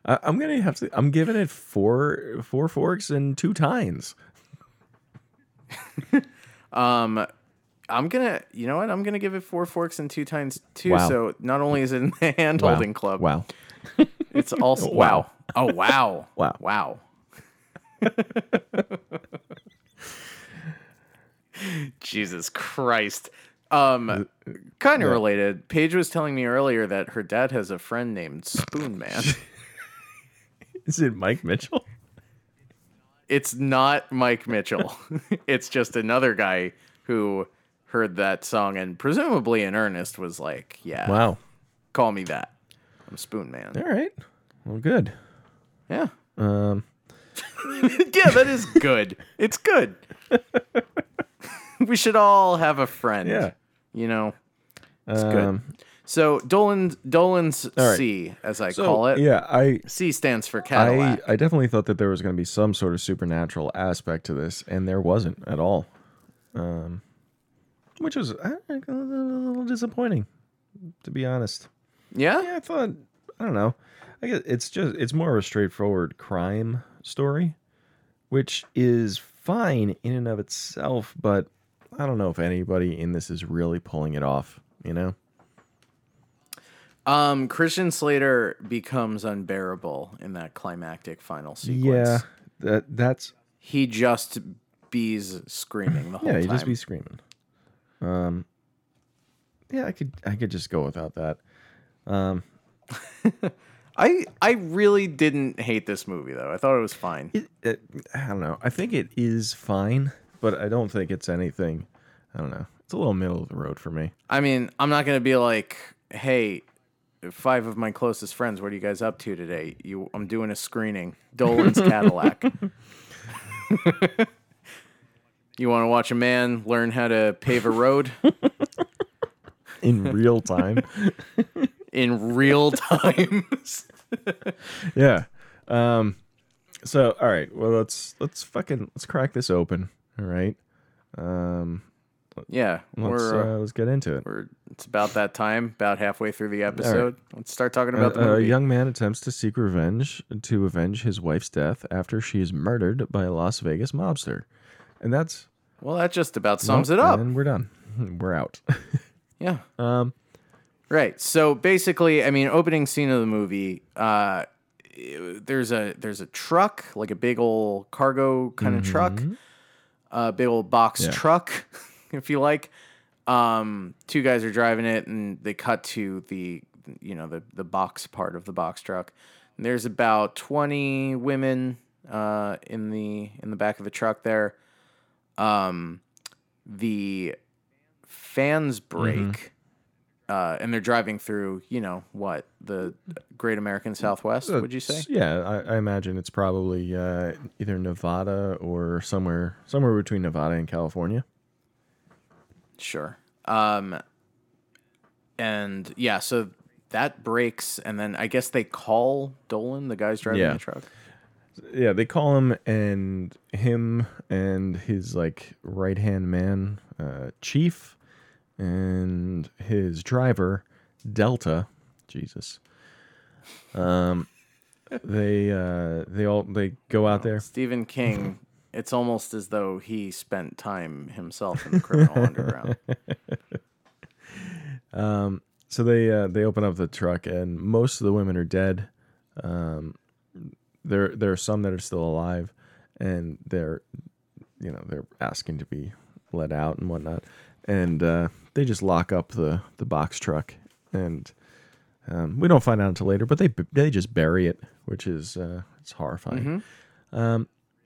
Speaker 3: I, I'm gonna have to. I'm giving it four four forks and two tines.
Speaker 1: Um, I'm gonna, you know what? I'm gonna give it four forks and two times two.
Speaker 3: Wow.
Speaker 1: So not only is it in the hand
Speaker 3: Wow.
Speaker 1: holding club,
Speaker 3: Wow.
Speaker 1: it's also wow.
Speaker 3: Wow.
Speaker 1: Oh wow,
Speaker 3: Wow.
Speaker 1: wow. Jesus Christ.
Speaker 3: Uh,
Speaker 1: Um, kind of related. Paige was telling me earlier that her dad has a friend named Spoon Man.
Speaker 3: Is it Mike Mitchell?
Speaker 1: it's not Mike Mitchell. it's just another guy who heard that song and presumably in earnest was like, yeah,
Speaker 3: Wow.
Speaker 1: call me that. I'm Spoon Man.
Speaker 3: All right. Well, good.
Speaker 1: Yeah.
Speaker 3: Um,
Speaker 1: yeah, that is good. It's good. we should all have a friend.
Speaker 3: Yeah.
Speaker 1: You know.
Speaker 3: it's
Speaker 1: good. So Dolan Dolan's
Speaker 3: right.
Speaker 1: C as I
Speaker 3: So
Speaker 1: call it.
Speaker 3: yeah, I
Speaker 1: C stands for Cadillac.
Speaker 3: I I definitely thought that there was going to be some sort of supernatural aspect to this, and there wasn't at all. Um, which was uh, a little disappointing, to be honest.
Speaker 1: yeah?
Speaker 3: Yeah, I thought I don't know. I guess it's just it's more of a straightforward crime story, which is fine in and of itself, but I don't know if anybody in this is really pulling it off, you know?
Speaker 1: Um Christian Slater becomes unbearable in that climactic final sequence.
Speaker 3: Yeah. That that's
Speaker 1: He just bees screaming the whole
Speaker 3: yeah, you
Speaker 1: time.
Speaker 3: just be screaming. Um Yeah, I could I could just go without that. Um
Speaker 1: I I really didn't hate this movie though. I thought it was fine.
Speaker 3: it, it, I don't know. I think it is fine, but I don't think it's anything. I don't know. It's a little middle of the road for me.
Speaker 1: I mean, I'm not gonna be like, hey, five of my closest friends, what are you guys up to today? You, I'm doing a screening, Dolan's Cadillac. you want to watch a man learn how to pave a road
Speaker 3: In real time.
Speaker 1: in real time?
Speaker 3: Yeah. Um so all right, well let's let's fucking let's crack this open, all right? Um
Speaker 1: yeah,
Speaker 3: let's
Speaker 1: we're.
Speaker 3: uh, let's get into it.
Speaker 1: we're, it's about that time, about halfway through the episode. Let's start talking about the
Speaker 3: A- a
Speaker 1: movie.
Speaker 3: Uh, young man attempts to seek revenge to avenge his wife's death after she is murdered by a Las Vegas mobster. And that's
Speaker 1: well, that just about sums
Speaker 3: nope,
Speaker 1: it up.
Speaker 3: And we're done. We're out.
Speaker 1: Yeah.
Speaker 3: Um,
Speaker 1: Right. So basically, I mean, opening scene of the movie, uh, it- there's a there's a truck, like a big old cargo kind of truck, a big old box
Speaker 3: Yeah.
Speaker 1: truck, if you like. Um, two guys are driving it, and they cut to the you know the the box part of the box truck. And there's about twenty women uh, in the in the back of the truck there. Um, the fans break uh, and they're driving through, you know, what the Great American Southwest? would you say?
Speaker 3: Yeah, I, I imagine it's probably uh, either Nevada or somewhere somewhere between Nevada and California.
Speaker 1: Sure. Um, and yeah, so that breaks, and then I guess they call Dolan, the guy's driving
Speaker 3: Yeah.
Speaker 1: the truck.
Speaker 3: Yeah, they call him and him and his like right hand man, uh, Chief, and his driver, Delta. Jesus. Um, they uh, they all they go out there.
Speaker 1: Stephen King. It's almost as though he spent time himself in the criminal underground.
Speaker 3: So they uh, they open up the truck and most of the women are dead. there there are some that are still alive, and they're you know they're asking to be let out and whatnot, and uh, they just lock up the the box truck, and um, we don't find out until later, but they they just bury it, which is uh, it's horrifying.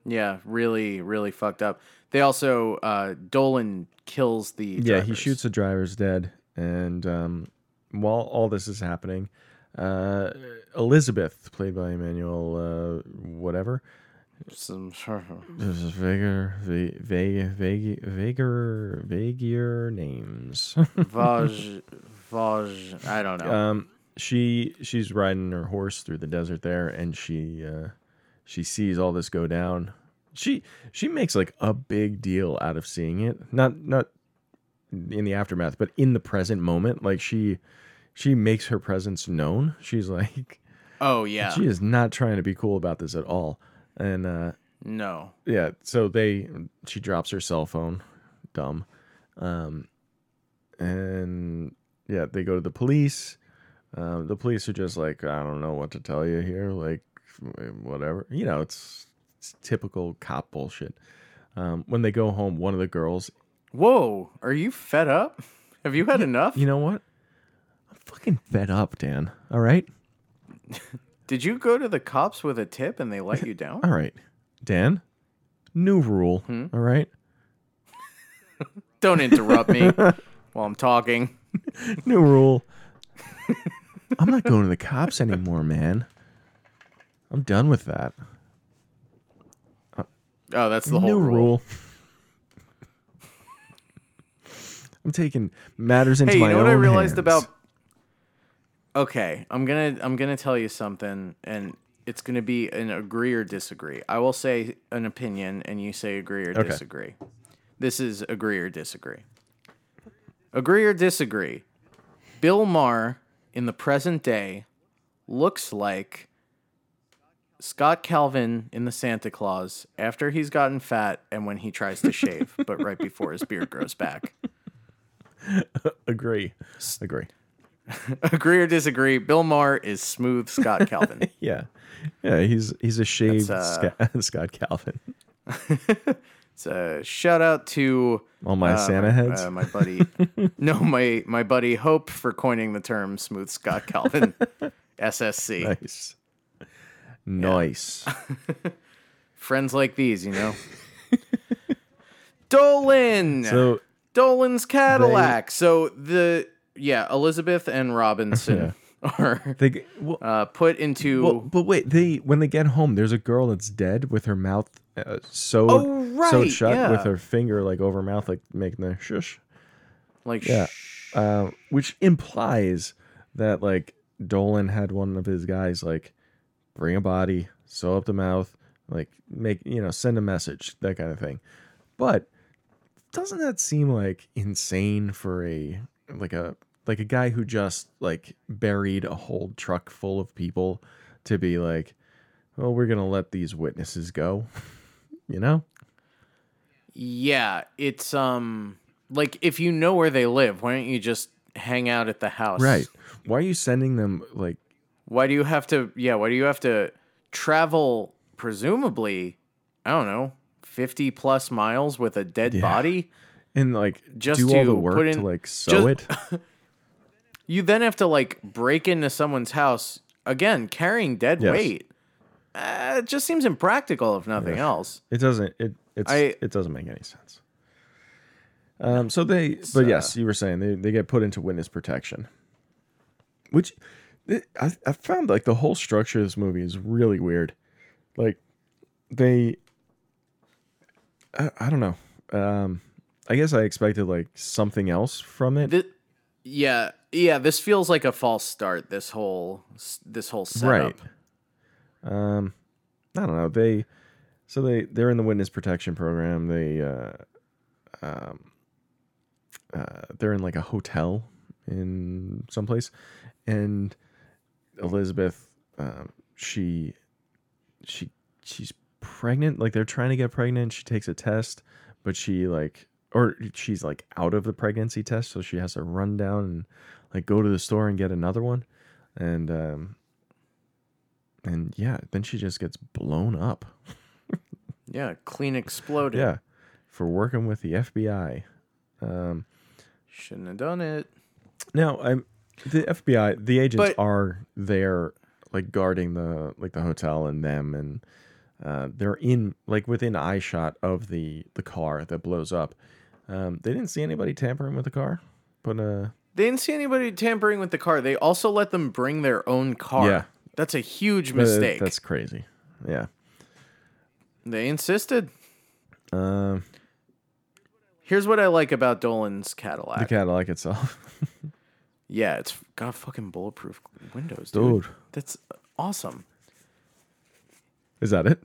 Speaker 1: Yeah, really, really fucked up. They also uh, Dolan kills the
Speaker 3: Yeah, he
Speaker 1: drivers.
Speaker 3: shoots the drivers dead. And um, while all this is happening, uh, Elizabeth, played by Emmanuel, uh, whatever,
Speaker 1: some
Speaker 3: this is Vager, Va- Va- Vague- Vager, Vagier names.
Speaker 1: Vaj Vaj. I don't know.
Speaker 3: um, she she's riding her horse through the desert there, and she uh, she sees all this go down. She she makes like a big deal out of seeing it. Not not in the aftermath, but in the present moment, like she she makes her presence known. She's like
Speaker 1: oh yeah,
Speaker 3: she is not trying to be cool about this at all. And uh,
Speaker 1: no.
Speaker 3: yeah, so they she drops her cell phone, dumb, um, and yeah, they go to the police. Um, the police are just like, I don't know what to tell you here, like whatever. You know, it's, it's typical cop bullshit. Um, when they go home, one of the girls,
Speaker 1: Whoa, are you fed up? Have you had enough?
Speaker 3: you know what? I'm fucking fed up, Dan. All right,
Speaker 1: Did you go to the cops with a tip and they let you down?
Speaker 3: all right, Dan. New rule. All right,
Speaker 1: Don't interrupt me while I'm talking.
Speaker 3: new rule. I'm not going to the cops anymore, man. I'm done with that.
Speaker 1: Oh, that's the whole
Speaker 3: new
Speaker 1: rule.
Speaker 3: rule. I'm taking matters into
Speaker 1: Hey,
Speaker 3: my
Speaker 1: you know what I
Speaker 3: own
Speaker 1: realized
Speaker 3: hands.
Speaker 1: about? Okay, I'm gonna I'm gonna tell you something, and it's gonna be an agree or disagree. I will say an opinion, and you say agree or
Speaker 3: Okay.
Speaker 1: disagree. This is agree or disagree. Agree or disagree. Bill Maher in the present day looks like Scott Calvin in the Santa Claus after he's gotten fat and when he tries to shave, but right before his beard grows back.
Speaker 3: agree, agree.
Speaker 1: agree or disagree, Bill Maher is smooth Scott Calvin.
Speaker 3: Yeah, yeah. He's he's a shaved
Speaker 1: That's, uh,
Speaker 3: Scott, Scott Calvin.
Speaker 1: so shout out to
Speaker 3: All my Santa
Speaker 1: my,
Speaker 3: heads.
Speaker 1: uh, my buddy, no, my my buddy Hope for coining the term smooth Scott Calvin, SSC.
Speaker 3: nice, nice.
Speaker 1: Friends like these, you know. Dolan,
Speaker 3: So
Speaker 1: Dolan's Cadillac. So the yeah, Elizabeth and Robinson are
Speaker 3: they g- well,
Speaker 1: uh, put into.
Speaker 3: well, but wait. They when they get home, there's a girl that's dead with her mouth uh, sewed
Speaker 1: Oh, right,
Speaker 3: sewed shut with
Speaker 1: yeah.
Speaker 3: her finger like over her mouth, like making the shush.
Speaker 1: like
Speaker 3: Yeah.
Speaker 1: shh.
Speaker 3: uh, which implies that like Dolan had one of his guys like bring a body, sew up the mouth, like make you know send a message, that kind of thing. But doesn't that seem like insane for a like a like a guy who just like buried a whole truck full of people to be like, well, we're gonna let these witnesses go, you know?
Speaker 1: Yeah, it's um like if you know where they live, why don't you just hang out at the house?
Speaker 3: Right? Why are you sending them like
Speaker 1: Why do you have to yeah, why do you have to travel presumably, I don't know, 50 plus miles with a dead body?
Speaker 3: and like
Speaker 1: Just
Speaker 3: do all the
Speaker 1: to
Speaker 3: work
Speaker 1: put
Speaker 3: to
Speaker 1: in-
Speaker 3: like sew
Speaker 1: just-
Speaker 3: it?
Speaker 1: You then have to like break into someone's house again carrying dead
Speaker 3: Yes.
Speaker 1: weight. Uh, it just seems impractical if nothing else.
Speaker 3: It doesn't. It it's
Speaker 1: I-
Speaker 3: it doesn't make any sense. Um. So they, but yes,
Speaker 1: uh,
Speaker 3: you were saying they, they get put into witness protection, which th- I I found like the whole structure of this movie is really weird. Like they, I, I don't know. Um. I guess I expected like something else from it.
Speaker 1: Thi- yeah, yeah, this feels like a false start this whole this whole setup.
Speaker 3: Right. Um, I don't know. They so they they're in the witness protection program. They uh, um, uh, they're in like a hotel in someplace, and Elizabeth, um, she she she's pregnant. Like they're trying to get pregnant. She takes a test, but she like or she's like out of the pregnancy test, so she has to run down and like go to the store and get another one. And um, and yeah, then she just gets blown up.
Speaker 1: Yeah, clean exploded.
Speaker 3: Yeah, for working with the FBI.
Speaker 1: Shouldn't have done it.
Speaker 3: Now, I'm the FBI. The agents
Speaker 1: But-
Speaker 3: are there, like guarding the like the hotel and them, and uh, they're in like within eye shot of the the car that blows up. Um, they didn't see anybody tampering with the car, but uh,
Speaker 1: They didn't see anybody tampering with the car. They also let them bring their own car.
Speaker 3: Yeah.
Speaker 1: That's a huge mistake.
Speaker 3: that's crazy. Yeah.
Speaker 1: They insisted.
Speaker 3: Um,
Speaker 1: Here's what I like about Dolan's Cadillac.
Speaker 3: the Cadillac itself.
Speaker 1: Yeah, it's got fucking bulletproof windows, dude.
Speaker 3: Dude.
Speaker 1: That's awesome.
Speaker 3: Is that it?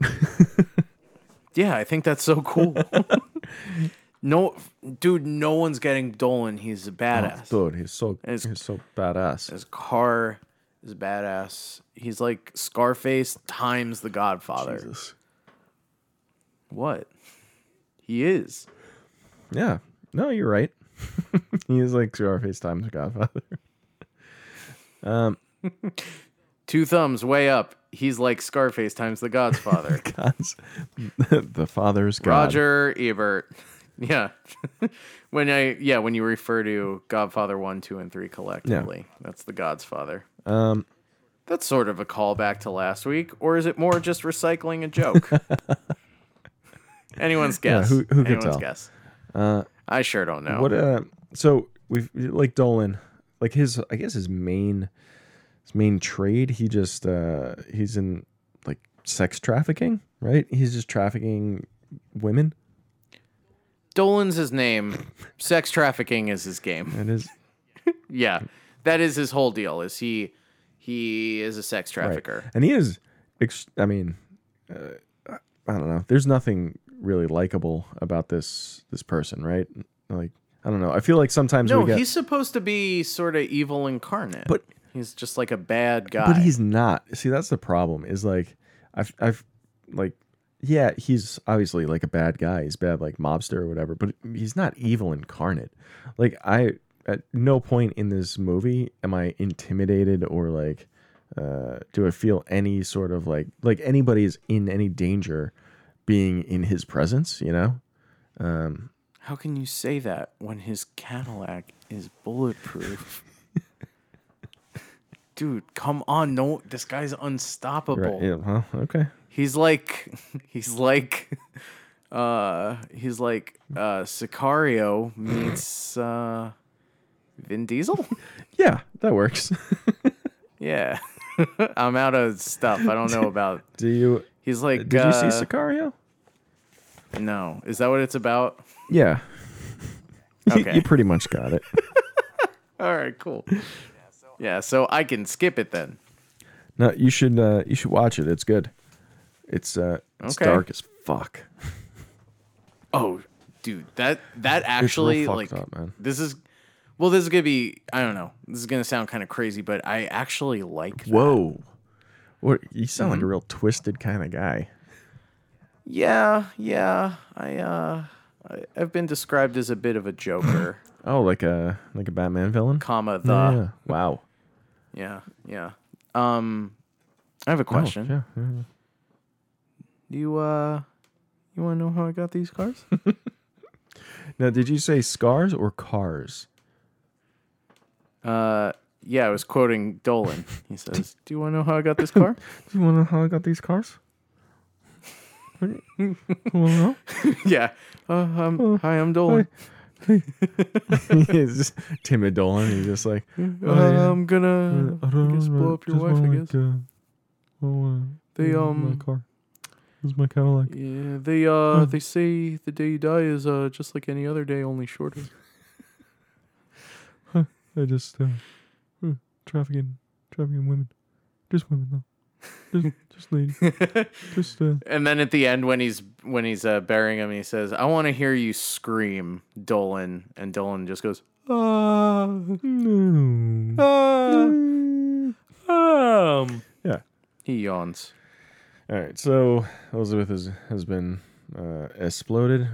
Speaker 1: Yeah, I think that's so cool. no, dude, no one's getting Dolan. He's a badass.
Speaker 3: Oh, Dude, he's so
Speaker 1: It's-
Speaker 3: he's so badass.
Speaker 1: His car is badass. He's like Scarface times the Godfather.
Speaker 3: Jesus.
Speaker 1: What? He is.
Speaker 3: Yeah. No, you're right. he is like Scarface times Godfather.
Speaker 1: Two thumbs way up. He's like Scarface times the Godfather.
Speaker 3: God's the father's God.
Speaker 1: Roger Ebert. Yeah. when I yeah, when you refer to Godfather 1, 2 and 3 collectively. That's the Godfather. Um that's sort of a callback to last week or is it more just recycling a joke? Anyone's guess.
Speaker 3: who- who could
Speaker 1: Anyone's
Speaker 3: tell? Uh,
Speaker 1: guess. I sure don't know.
Speaker 3: What uh so we've like Dolan, like his I guess his main his main trade, he just uh he's in like sex trafficking, right? He's just trafficking women.
Speaker 1: Dolan's his name. Sex trafficking is his game.
Speaker 3: That is
Speaker 1: Yeah. That is his whole deal. Is he he is a sex
Speaker 3: right.
Speaker 1: trafficker.
Speaker 3: And he is ex- I mean, uh, I don't know. There's nothing really likable about this this person, right? Like I don't know. I feel like sometimes
Speaker 1: No,
Speaker 3: we get
Speaker 1: he's supposed to be sort of evil incarnate.
Speaker 3: But-
Speaker 1: he's just like a bad guy.
Speaker 3: but he's not see that's the problem is like i've i've like yeah he's obviously like a bad guy he's bad like mobster or whatever but he's not evil incarnate like i at no point in this movie am i intimidated or like uh do i feel any sort of like like anybody is in any danger being in his presence you know
Speaker 1: How can you say that when his Cadillac is bulletproof? Dude, come on! No, this guy's unstoppable.
Speaker 3: right yeah, well, okay
Speaker 1: He's like, he's like, uh, he's like uh, Sicario meets uh, Vin Diesel.
Speaker 3: yeah that works
Speaker 1: Yeah, I'm out of stuff. I don't know about.
Speaker 3: do you
Speaker 1: He's like.
Speaker 3: did you see
Speaker 1: uh,
Speaker 3: sicario
Speaker 1: No, is that what it's about?
Speaker 3: yeah You-
Speaker 1: Okay.
Speaker 3: you pretty much got it
Speaker 1: All right, cool. Yeah, so I can skip it then.
Speaker 3: No, you should uh, you should watch it. It's good. It's uh it's
Speaker 1: Okay.
Speaker 3: dark as fuck.
Speaker 1: Oh, dude, that that actually
Speaker 3: fucked
Speaker 1: like
Speaker 3: up, man.
Speaker 1: this is well, this is gonna be I don't know. This is gonna sound kind of crazy, but I actually like. that.
Speaker 3: Whoa. What you sound
Speaker 1: Mm-hmm.
Speaker 3: like a real twisted kind of guy.
Speaker 1: Yeah, yeah. I uh, I, I've been described as a bit of a joker,
Speaker 3: Oh, like a like a Batman villain?
Speaker 1: comma the.
Speaker 3: Yeah, yeah. Wow.
Speaker 1: Yeah, yeah. Um, I have a
Speaker 3: Oh,
Speaker 1: question.
Speaker 3: yeah, yeah.
Speaker 1: Do you uh, you want to know how I got these cars?
Speaker 3: Now, did you say scars or cars?
Speaker 1: uh, yeah, I was quoting Dolan. He says, "Do you want to know how I got this car?"
Speaker 3: Do you want to know how I got these cars? well, no.
Speaker 1: yeah. Uh, um, hi, I'm Dolan.
Speaker 3: He's just timid Dolan. He's just like,
Speaker 1: Uh, I'm gonna
Speaker 3: Oh, Uh, I
Speaker 1: I
Speaker 3: don't
Speaker 1: guess
Speaker 3: know,
Speaker 1: blow up your
Speaker 3: just
Speaker 1: wife. I
Speaker 3: wanna,
Speaker 1: guess
Speaker 3: like, uh, wanna-
Speaker 1: they
Speaker 3: my
Speaker 1: um
Speaker 3: car. This is my Cadillac.
Speaker 1: yeah they uh they say the day you die is uh just like any other day, only shorter.
Speaker 4: I just uh, uh, trafficking trafficking women, just women though, just just ladies, just uh,
Speaker 1: And then at the end, when he's when he's uh, burying him, he says, "I want to hear you scream, Dolan." And Dolan just goes, "Ah,
Speaker 4: no.
Speaker 1: ah, um."
Speaker 3: Yeah.
Speaker 1: He yawns.
Speaker 3: All right, so Elizabeth has, has been uh, exploded.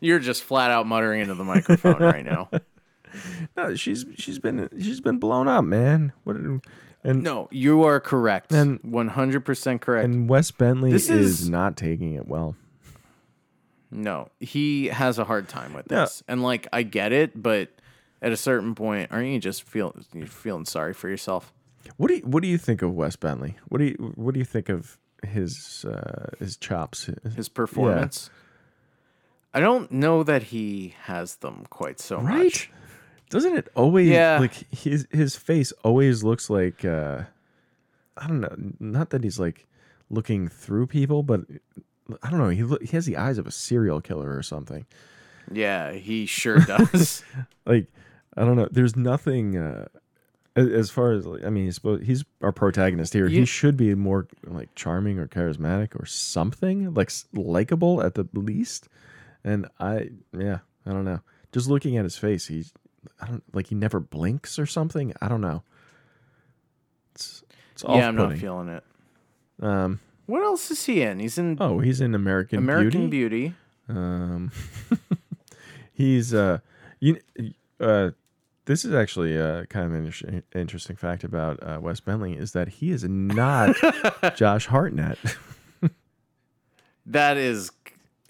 Speaker 1: You're just flat out muttering into the microphone right now.
Speaker 3: No, she's she's been she's been blown up, man. What? did- And
Speaker 1: No, you are correct.
Speaker 3: And-
Speaker 1: 100% correct.
Speaker 3: and Wes Bentley
Speaker 1: This
Speaker 3: is,
Speaker 1: is-
Speaker 3: not taking it well.
Speaker 1: no, he has a hard time with
Speaker 3: Yeah.
Speaker 1: this. And like I get it, but at a certain point, aren't you just feel you're feeling sorry for yourself?
Speaker 3: What do you, what do you think of Wes Bentley? What do you what do you think of his uh, his chops?
Speaker 1: His performance. I don't know that he has them quite so much.
Speaker 3: Right? Doesn't it always
Speaker 1: Yeah.
Speaker 3: like his his face always looks like uh I don't know, not that he's like looking through people, but I don't know, he look, he has the eyes of a serial killer or something.
Speaker 1: Yeah, he sure does.
Speaker 3: Like I don't know, there's nothing uh a- as far as like, I mean, he's supposed, he's our protagonist here.
Speaker 1: You-
Speaker 3: he should be more like charming or charismatic or something, like s- likable at the least. And I, yeah, I don't know. Just looking at his face, he, I don't like he never blinks or something. I don't know. It's it's off
Speaker 1: yeah, I'm not feeling it.
Speaker 3: Um,
Speaker 1: What else is he in? He's in
Speaker 3: oh, he's in American
Speaker 1: American
Speaker 3: Beauty.
Speaker 1: Beauty.
Speaker 3: Um, he's uh, you uh, this is actually uh, kind of an inter- interesting fact about uh, Wes Bentley is that he is not Josh Hartnett.
Speaker 1: That is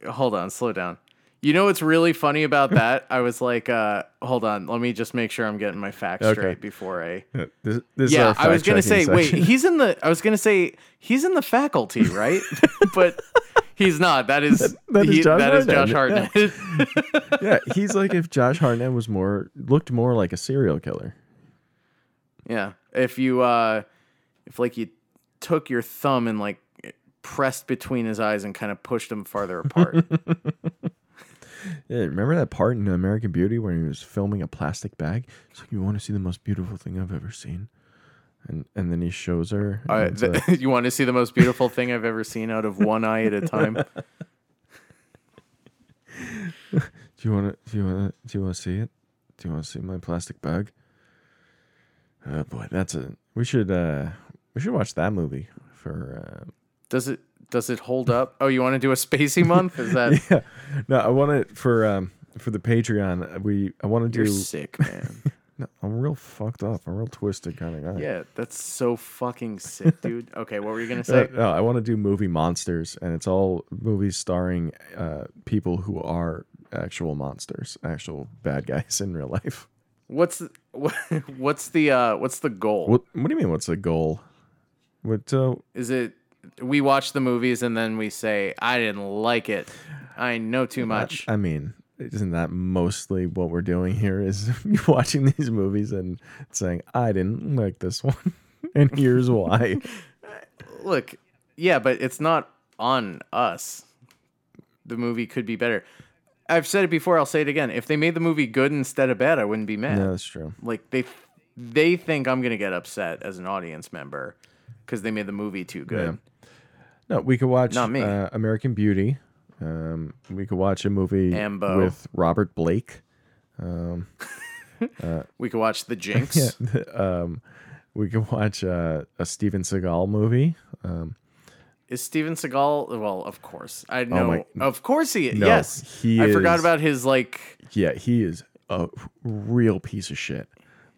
Speaker 1: hold on, slow down. You know what's really funny about that? I was like, uh, hold on, let me just make sure I'm getting my facts
Speaker 3: Okay.
Speaker 1: straight before I
Speaker 3: this, this is
Speaker 1: Yeah,
Speaker 3: our
Speaker 1: I was gonna say,
Speaker 3: fact-checking
Speaker 1: wait,
Speaker 3: section.
Speaker 1: he's in the. I was gonna say he's in the faculty, right? but he's not. That is that,
Speaker 3: that is Josh
Speaker 1: that is Josh
Speaker 3: Hartnett,
Speaker 1: Hartnett.
Speaker 3: yeah, he's like if Josh Hartnett was more looked more like a serial killer.
Speaker 1: yeah, if you uh, if like you took your thumb and like pressed between his eyes and kind of pushed them farther apart.
Speaker 3: Yeah, remember that part in American Beauty where he was filming a plastic bag? It's like you want to see the most beautiful thing I've ever seen, and and then he shows her.
Speaker 1: All right,
Speaker 3: and it's a-
Speaker 1: th- you want to see the most beautiful thing I've ever seen out of one eye at a time?
Speaker 3: Do you want to? Do you want to? Do you want to see it? Do you want to see my plastic bag? Oh boy, that's a. We should. uh We should watch that movie for. Uh,
Speaker 1: Does it does it hold up? Oh, you want to do a spacey month? Is that
Speaker 3: yeah, no, I want it for um for the Patreon. uh, We I want to
Speaker 1: you're
Speaker 3: do.
Speaker 1: sick, man?
Speaker 3: No, I'm real fucked up. I'm real twisted kind of guy.
Speaker 1: Yeah, that's so fucking sick, dude. Okay, what were you gonna
Speaker 3: Uh,
Speaker 1: say?
Speaker 3: no, I want to do movie monsters, and it's all movies starring uh, people who are actual monsters, actual bad guys in real life.
Speaker 1: What's the, what's the uh what's the goal?
Speaker 3: What What do you mean? What's the goal? What uh,
Speaker 1: Is it we watch the movies and then we say I didn't like it. I know too much.
Speaker 3: I mean, isn't that mostly what we're doing here? Is watching these movies and saying, "I didn't like this one, and here's why."
Speaker 1: Look, yeah, but it's not on us. The movie could be better. I've said it before, I'll say it again. If they made the movie good instead of bad, I wouldn't be mad.
Speaker 3: no, that's true.
Speaker 1: Like they they think I'm going to get upset as an audience member cuz they made the movie too good.
Speaker 3: No, we could watch
Speaker 1: Not me.
Speaker 3: Uh, American Beauty. Um, we could watch a movie
Speaker 1: Ambo.
Speaker 3: with Robert Blake.
Speaker 1: We could watch The Jinx.
Speaker 3: Yeah, um, we could watch uh, a Steven Seagal movie. Um,
Speaker 1: Is Steven Seagal? Well, of course. I
Speaker 3: Oh my-
Speaker 1: know. of course he.
Speaker 3: No,
Speaker 1: yes,
Speaker 3: he
Speaker 1: I forgot
Speaker 3: is-
Speaker 1: about his like.
Speaker 3: yeah, he is a real piece of shit.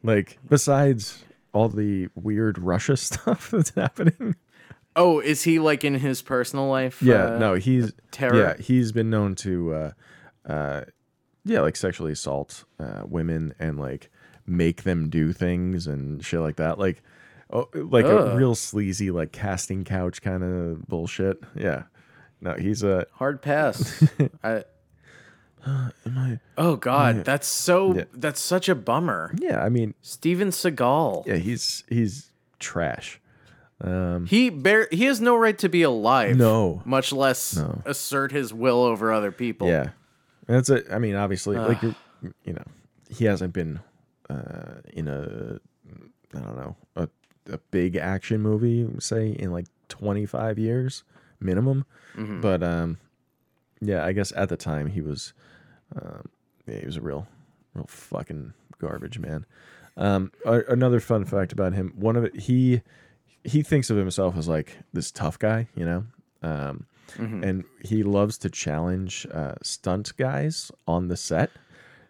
Speaker 3: Like besides all the weird Russia stuff that's happening.
Speaker 1: Oh, is he like in his personal life?
Speaker 3: Yeah,
Speaker 1: uh,
Speaker 3: no, he's
Speaker 1: terror?
Speaker 3: Yeah, he's been known to, uh, uh, yeah, like sexually assault uh, women and like make them do things and shit like that. Like, oh, like a
Speaker 1: Ugh.
Speaker 3: real sleazy like casting couch kind of bullshit. Yeah, no, he's a.
Speaker 1: Hard pass. I,
Speaker 3: Am I?
Speaker 1: oh God, that's so.
Speaker 3: Yeah.
Speaker 1: That's such a bummer.
Speaker 3: Yeah, I mean,
Speaker 1: Steven Seagal.
Speaker 3: yeah, he's he's trash.
Speaker 1: He bear. He has no right to be alive.
Speaker 3: No.
Speaker 1: much less
Speaker 3: No.
Speaker 1: assert his will over other people.
Speaker 3: Yeah, And that's it. I mean, obviously, like you're, you know, he hasn't been uh, in a I don't know a a big action movie, say in like twenty five years minimum. But um, yeah, I guess at the time he was, um, yeah, he was a real, real fucking garbage man. Um, a- another fun fact about him: one of it, he he thinks of himself as like this tough guy, you know, um, and he loves to challenge uh, stunt guys on the set.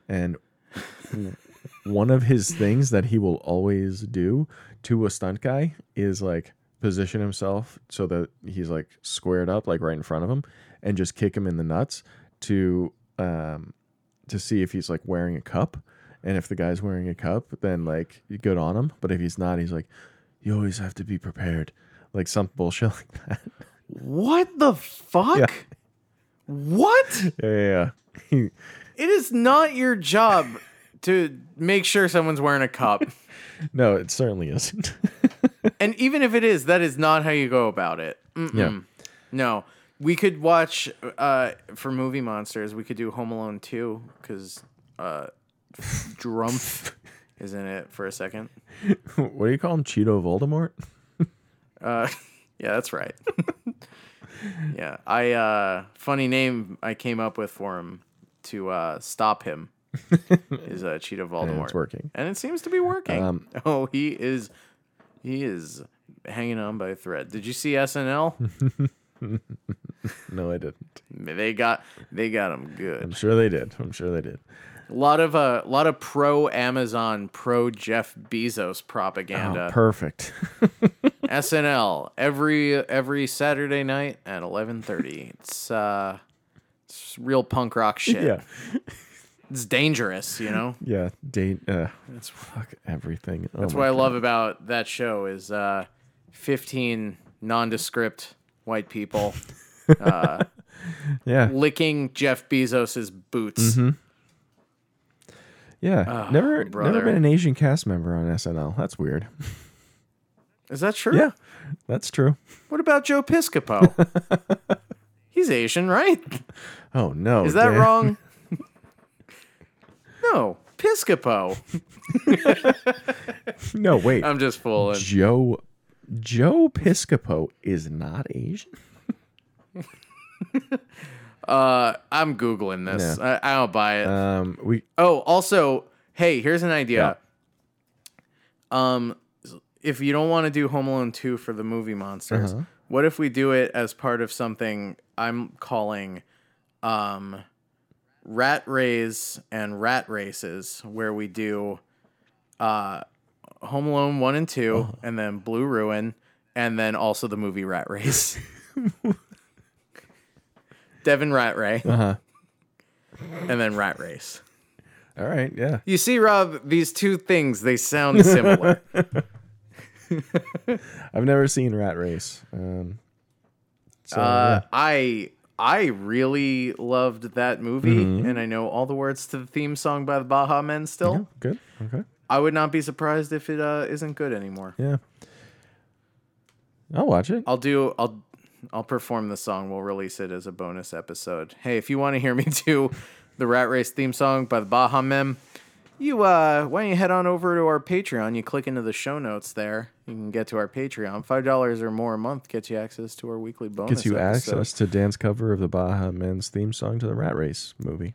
Speaker 3: And one of his things that he will always do to a stunt guy is like position himself so that he's like squared up, like right in front of him, and just kick him in the nuts to um to see if he's like wearing a cup. And if the guy's wearing a cup, then like good on him. But if he's not, he's like, you always have to be prepared. Like some bullshit like that.
Speaker 1: What the fuck? What?
Speaker 3: Yeah, yeah, yeah.
Speaker 1: It is not your job to make sure someone's wearing a cup.
Speaker 3: no, it certainly isn't.
Speaker 1: and even if it is, that is not how you go about it. Mm-mm.
Speaker 3: Yeah.
Speaker 1: No. We could watch uh, for movie monsters. We could do Home Alone two because uh, Drumpf is in it for a second.
Speaker 3: what do you call him? Cheeto Voldemort?
Speaker 1: Uh, yeah, that's right. yeah, I uh, funny name I came up with for him to uh, stop him is uh, Cheetah Voldemort.
Speaker 3: it's working.
Speaker 1: and it seems to be working.
Speaker 3: Um,
Speaker 1: oh, he is, he is hanging on by a thread. Did you see SNL?
Speaker 3: No, I didn't.
Speaker 1: they got they got him
Speaker 3: I'm
Speaker 1: good.
Speaker 3: sure they did. I'm sure they did.
Speaker 1: A lot of a uh, lot of pro Amazon, pro Jeff Bezos
Speaker 3: Oh,
Speaker 1: propaganda.
Speaker 3: perfect.
Speaker 1: SNL every every Saturday night at eleven thirty. It's uh, it's real punk rock shit.
Speaker 3: yeah.
Speaker 1: It's dangerous, you know.
Speaker 3: Yeah. Date. Uh, fuck everything. Oh
Speaker 1: That's
Speaker 3: my
Speaker 1: what I
Speaker 3: God.
Speaker 1: love about that show is uh, fifteen nondescript white people
Speaker 3: Yeah.
Speaker 1: licking Jeff Bezos's boots.
Speaker 3: Mm-hmm. Yeah. never,
Speaker 1: Ah, brother.
Speaker 3: never been an Asian cast member on SNL. That's weird.
Speaker 1: Is that true?
Speaker 3: Yeah. That's true.
Speaker 1: What about Joe Piscopo? He's Asian, right?
Speaker 3: Oh no.
Speaker 1: Is that
Speaker 3: Dan.
Speaker 1: wrong? no, Piscopo.
Speaker 3: No. Wait.
Speaker 1: I'm just fooling.
Speaker 3: Joe. Joe Piscopo is not Asian.
Speaker 1: Uh, I'm googling this.
Speaker 3: No.
Speaker 1: I, I don't buy it.
Speaker 3: Um. We.
Speaker 1: oh, also, hey, here's an idea. Um, if you don't want to do Home Alone two for the movie monsters,
Speaker 3: Uh-huh.
Speaker 1: what if we do it as part of something I'm calling, um, Rat Rays and Rat Races, where we do, uh, Home Alone one and 2 and then Blue Ruin, and then also the movie Rat Race. Devin Rat Ray,
Speaker 3: Uh huh.
Speaker 1: and then Rat Race.
Speaker 3: All right. Yeah.
Speaker 1: You see, Rob, these two things they sound similar.
Speaker 3: I've never seen Rat Race. Um. So,
Speaker 1: uh, I I really loved that movie, and I know all the words to the theme song by the Baha Men. Still,
Speaker 3: yeah. Good. Okay.
Speaker 1: I would not be surprised if it uh, isn't good anymore.
Speaker 3: Yeah. I'll watch it.
Speaker 1: I'll do. I'll I'll perform the song. We'll release it as a bonus episode. Hey, if you want to hear me do the Rat Race theme song by the Baha Mem, you uh, why don't you head on over to our Patreon? You click into the show notes there. You can get to our Patreon. Five dollars or more a month gets you access to our weekly bonus.
Speaker 3: Gets you
Speaker 1: episode.
Speaker 3: access to Dan's cover of the Baja Men's theme song to the Rat Race movie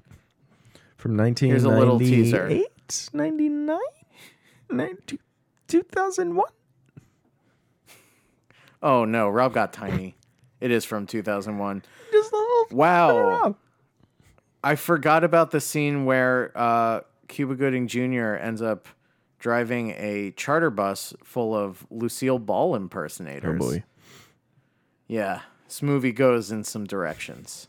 Speaker 3: from
Speaker 1: Here's a little teaser.
Speaker 3: 1998, 99, 92, 2001.
Speaker 1: Oh no, Rob got tiny. It is from 2001.
Speaker 3: Just the whole f-
Speaker 1: Wow.
Speaker 3: up.
Speaker 1: I forgot about the scene where uh, Cuba Gooding Jr. ends up driving a charter bus full of Lucille Ball
Speaker 3: Oh
Speaker 1: impersonators.
Speaker 3: boy.
Speaker 1: Yeah, this movie goes in some directions.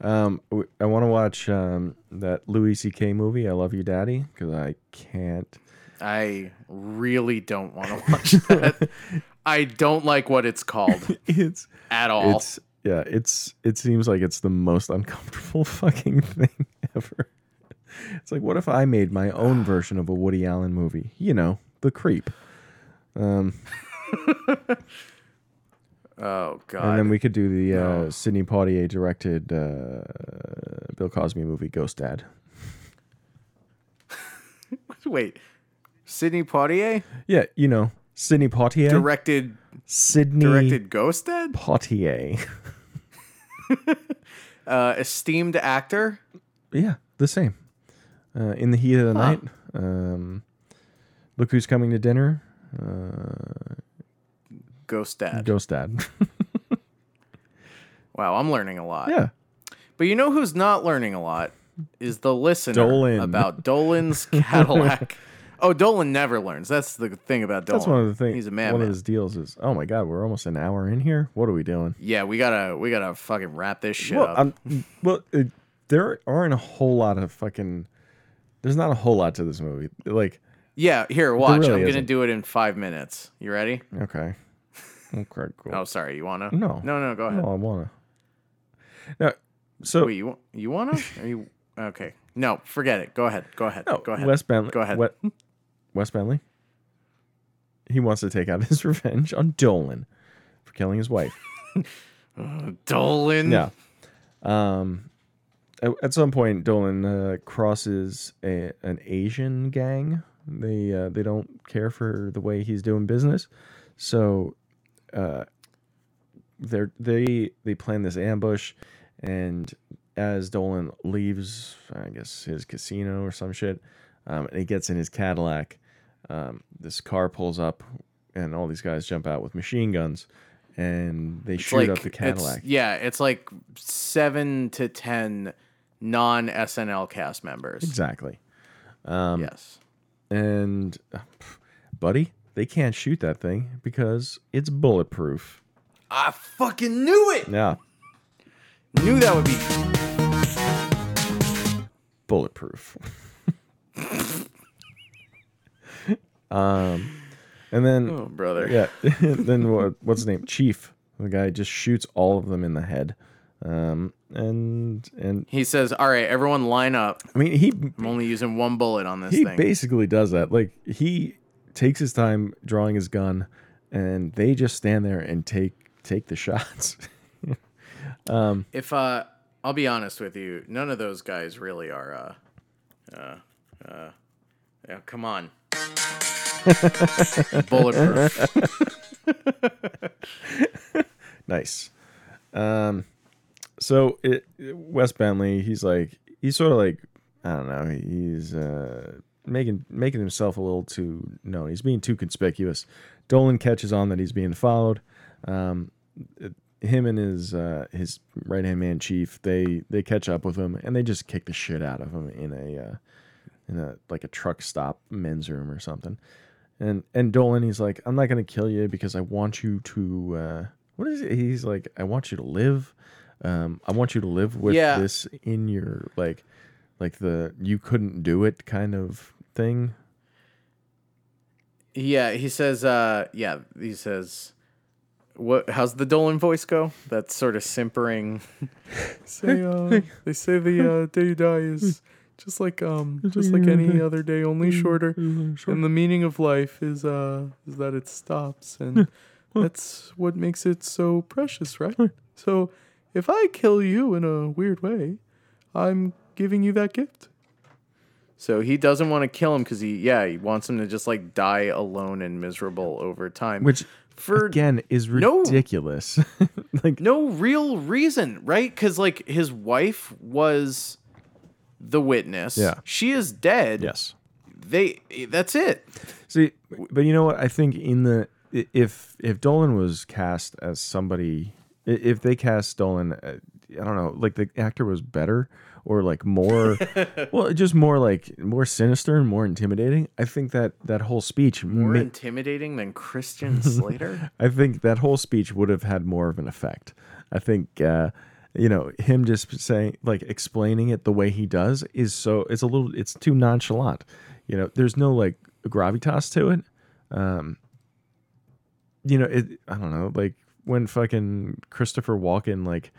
Speaker 3: Um, w- I want to watch um that Louis C.K. movie, I Love You, Daddy, because I can't.
Speaker 1: I really don't want to watch that. I don't like what it's called
Speaker 3: It's
Speaker 1: at all.
Speaker 3: it's yeah, it's it seems like it's the most uncomfortable fucking thing ever. It's like, what if I made my own version of a Woody Allen movie? You know, The Creep.
Speaker 1: oh
Speaker 3: And
Speaker 1: god.
Speaker 3: then we could do the uh, Sidney Poitier directed uh, Bill Cosby movie, Ghost Dad.
Speaker 1: Wait. Sidney Poitier
Speaker 3: Yeah, you know, Sidney Poitier.
Speaker 1: directed
Speaker 3: Sidney
Speaker 1: directed Ghost Dad?
Speaker 3: Poitier.
Speaker 1: Uh, esteemed actor?
Speaker 3: yeah, the same. Uh, in the Heat of the Night. Um, Look Who's Coming to Dinner.
Speaker 1: Ghost Dad.
Speaker 3: Ghost Dad.
Speaker 1: Wow, I'm learning a lot.
Speaker 3: yeah.
Speaker 1: But you know who's not learning a lot is the listener
Speaker 3: Dolan.
Speaker 1: about Dolan's Cadillac. Oh, Dolan never learns. That's the thing about Dolan.
Speaker 3: That's one of the things.
Speaker 1: He's a
Speaker 3: One of
Speaker 1: madman.
Speaker 3: his deals is, oh my god, we're almost an hour in here. What are we doing?
Speaker 1: Yeah, we gotta we gotta fucking wrap this shit
Speaker 3: well,
Speaker 1: up.
Speaker 3: I'm, well, it, there aren't a whole lot of fucking. There's not a whole lot to this movie. Like,
Speaker 1: yeah, here, watch.
Speaker 3: really
Speaker 1: I'm gonna
Speaker 3: isn't.
Speaker 1: do it in five minutes. You ready?
Speaker 3: okay, okay, cool.
Speaker 1: Oh, sorry. You wanna?
Speaker 3: No.
Speaker 1: no, no. Go ahead.
Speaker 3: no, I wanna. No, so
Speaker 1: Wait, you wa- you wanna? Are you okay? No, forget it. Go ahead. Go ahead.
Speaker 3: no,
Speaker 1: go ahead.
Speaker 3: Wes Bentley.
Speaker 1: Go ahead.
Speaker 3: Wes, Wes Bentley. He wants to take out his revenge on Dolan for killing his wife.
Speaker 1: Dolan.
Speaker 3: Yeah. Um, at, at some point, Dolan uh, crosses a, an Asian gang. They uh, they don't care for the way he's doing business, so uh, they they they plan this ambush, and as Dolan leaves, I guess his casino or some shit, um, and he gets in his Cadillac. Um, this car pulls up, and all these guys jump out with machine guns, and they
Speaker 1: It's
Speaker 3: shoot
Speaker 1: like
Speaker 3: up the
Speaker 1: it's-
Speaker 3: Cadillac.
Speaker 1: yeah, it's like seven to ten non SNL cast members.
Speaker 3: Exactly. um,
Speaker 1: yes.
Speaker 3: And uh, pff, buddy, they can't shoot that thing because it's bulletproof.
Speaker 1: I fucking knew it.
Speaker 3: Yeah,
Speaker 1: Knew that would be
Speaker 3: bulletproof. um Um, and then
Speaker 1: oh, brother.
Speaker 3: yeah, then what what's his name? Chief. The guy just shoots all of them in the head. Um and and
Speaker 1: He says, "All right, everyone, line up.
Speaker 3: I mean he
Speaker 1: I'm only using one bullet on this
Speaker 3: he
Speaker 1: thing."
Speaker 3: basically does that. Like he takes his time drawing his gun, and they just stand there and take take the shots.
Speaker 1: if uh, I'll be honest with you, none of those guys really are. Uh, uh, uh, yeah, come on, bulletproof.
Speaker 3: Nice. Um, so it, it- Wes Bentley, he's like he's sort of like I don't know, he's uh, making making himself a little too known. He's being too conspicuous. Dolan catches on that he's being followed. Um, it- him and his uh, his right hand man chief, they they catch up with him and they just kick the shit out of him in a uh, in a like a truck stop men's room or something. And and Dolan, he's like, I'm not gonna kill you because I want you to. Uh, what is it? He's like, I want you to live. Um, I want you to live with
Speaker 1: Yeah.
Speaker 3: this in your like, like the you couldn't do it kind of thing.
Speaker 1: yeah, he says. Uh, yeah, he says. What? How's the Dolan voice go? That sort of simpering.
Speaker 5: Say, uh, they say the uh, day you die is just like um, just like any other day, only shorter. And the meaning of life is uh, is that it stops, and that's what makes it so precious, right? So, if I kill you in a weird way, I'm giving you that gift.
Speaker 1: So he doesn't want to kill him because he, yeah, he wants him to just like die alone and miserable over time.
Speaker 3: Which
Speaker 1: for
Speaker 3: again is
Speaker 1: No.
Speaker 3: ridiculous. like
Speaker 1: no real reason, right? Because like his wife was the witness.
Speaker 3: Yeah.
Speaker 1: she is dead.
Speaker 3: yes.
Speaker 1: they. That's it.
Speaker 3: See, but you know what? I think in the i- if if Dolan was cast as somebody, i- if they cast Dolan, uh, I don't know, like the actor was better or like more, well, just more like more sinister and more intimidating. I think that that whole speech,
Speaker 1: More
Speaker 3: ma-
Speaker 1: intimidating than Christian Slater.
Speaker 3: I think that whole speech would have had more of an effect. I think. uh you know him just saying like explaining it the way he does is so it's a little it's too nonchalant you know there's no like gravitas to it Um, you know, it, I don't know, like when fucking Christopher Walken, like,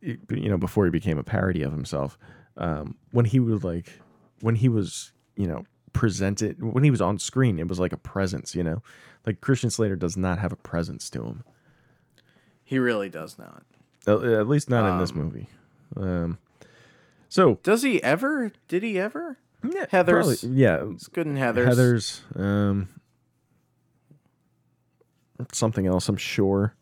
Speaker 3: y- you know, before he became a parody of himself, um, when he would like, when he was, you know, presented, when he was on screen, it was like a presence, you know, like Christian Slater does not have a presence to him,
Speaker 1: he really does not.
Speaker 3: at, at least not in this movie. Um, so
Speaker 1: Does he ever? Did he ever?
Speaker 3: yeah,
Speaker 1: Heathers.
Speaker 3: probably- yeah,
Speaker 1: It's good in Heather's.
Speaker 3: Heather's, um, something else, I'm sure.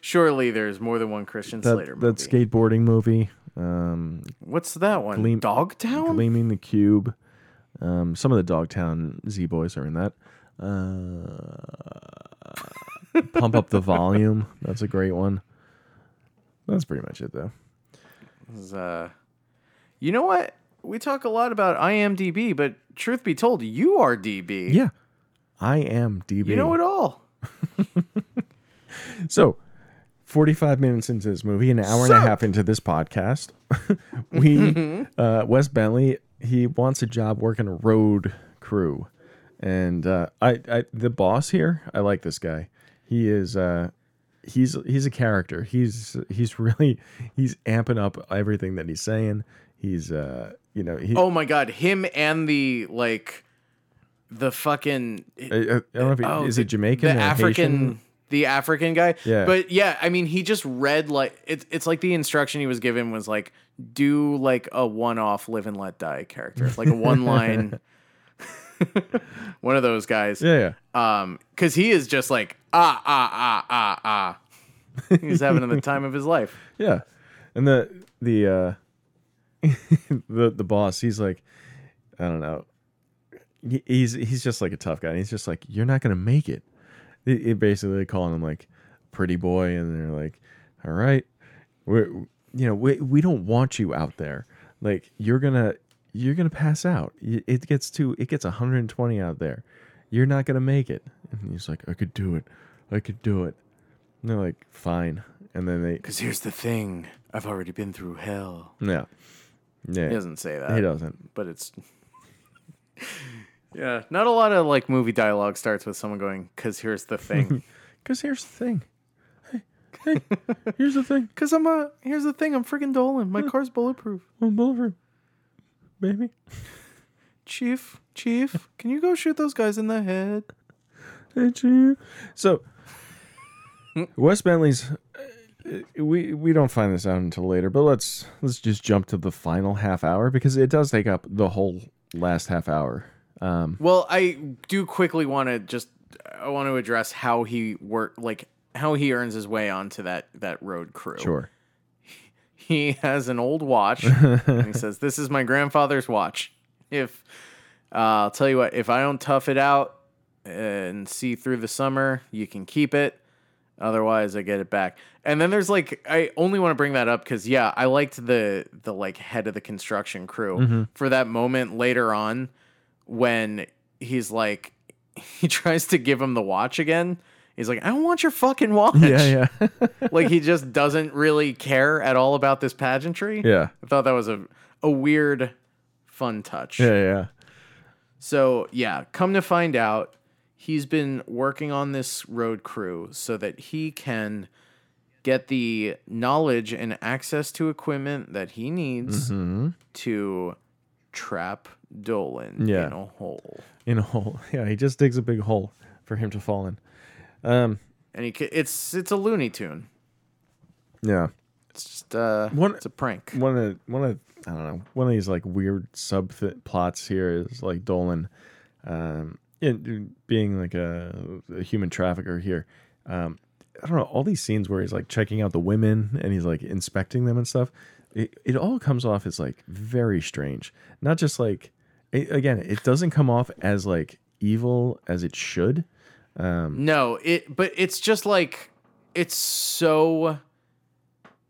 Speaker 1: Surely there's more than one Christian Slater
Speaker 3: That,
Speaker 1: movie.
Speaker 3: that skateboarding movie. Um,
Speaker 1: What's that one?
Speaker 3: Gleam-
Speaker 1: Dogtown.
Speaker 3: Gleaming the Cube. Um, some of the Dogtown Z Boys are in that. Uh, Pump Up the Volume. That's a great one. That's pretty much it, though.
Speaker 1: is, uh, you know what? we talk a lot about IMDb, but truth be told, you are DB.
Speaker 3: Yeah. I am DB.
Speaker 1: You know it all.
Speaker 3: So, 45 minutes into this movie, an hour and a half into this podcast, we,
Speaker 1: Mm-hmm.
Speaker 3: uh, Wes Bentley, he wants a job working a road crew. And uh, I, I, the boss here, I like this guy. He is, uh, he's, he's a character. He's, he's really, he's amping up everything that he's saying. He's, uh, you know, he,
Speaker 1: Oh my god, him and the like the fucking
Speaker 3: I, I don't know if he,
Speaker 1: oh,
Speaker 3: is
Speaker 1: the-
Speaker 3: it Jamaican
Speaker 1: the
Speaker 3: or
Speaker 1: African
Speaker 3: Haitian?
Speaker 1: the African guy.
Speaker 3: Yeah.
Speaker 1: But yeah, I mean he just read like it's it's like the instruction he was given was like do like a one off live and let die character. Like a one line one of those guys.
Speaker 3: Yeah, yeah.
Speaker 1: Um cuz he is just like ah ah ah ah ah. He's having the time of his life.
Speaker 3: Yeah. And the the uh the the boss, he's like I don't know. He- He's he's just like a tough guy. He's just like you're not going to make it. They they basically calling him like pretty boy and they're like all right. We you know, we we don't want you out there. Like you're going to you're going to pass out. Y- It gets to it gets 120 out there. You're not going to make it. And he's like I could do it. I could do it. And they're like fine. And then they
Speaker 1: Cuz here's the thing, I've already been through hell.
Speaker 3: yeah. Yeah.
Speaker 1: He doesn't say that.
Speaker 3: He doesn't.
Speaker 1: but it's yeah not a lot of like movie dialogue starts with someone going because here's the thing
Speaker 3: Because here's the thing. Hey, hey, here's the thing.
Speaker 1: because i'm a here's the thing i'm freaking dolan my car's bulletproof
Speaker 3: I'm bulletproof, baby.
Speaker 1: chief chief can you go shoot those guys in the head
Speaker 3: Hey, you. So, Wes Bentley's. uh, We we don't find this out until later, but let's let's just jump to the final half hour because it does take up the whole last half hour. Um,
Speaker 1: well i do quickly want to just i want to address how he work like how he earns his way onto that that road crew
Speaker 3: sure.
Speaker 1: he has an old watch and he says this is my grandfather's watch if uh, i'll tell you what if i don't tough it out and see through the summer you can keep it otherwise i get it back and then there's like i only want to bring that up because yeah i liked the the like head of the construction crew for that moment later on when he's like he tries to give him the watch again he's like i don't want your fucking watch
Speaker 3: Yeah, yeah,
Speaker 1: like he just doesn't really care at all about this pageantry.
Speaker 3: yeah,
Speaker 1: I thought that was a a weird fun touch.
Speaker 3: yeah, yeah.
Speaker 1: So, yeah, come to find out he's been working on this road crew so that he can get the knowledge and access to equipment that he needs
Speaker 3: Mm-hmm.
Speaker 1: to trap Dolan
Speaker 3: Yeah.
Speaker 1: in a hole.
Speaker 3: In a hole. Yeah, he just digs a big hole for him to fall in. Um,
Speaker 1: And he ca- it's it's a Looney Tune.
Speaker 3: yeah.
Speaker 1: It's just uh
Speaker 3: One-
Speaker 1: it's a prank.
Speaker 3: one of one of I don't know one of these like weird sub plots here is like Dolan, um, in, being like a, a human trafficker here. Um, I don't know all these scenes where he's like checking out the women and he's like inspecting them and stuff. It, it all comes off as like very strange. Not just like a- again, it doesn't come off as like evil as it should.
Speaker 1: No, it but it's just like it's so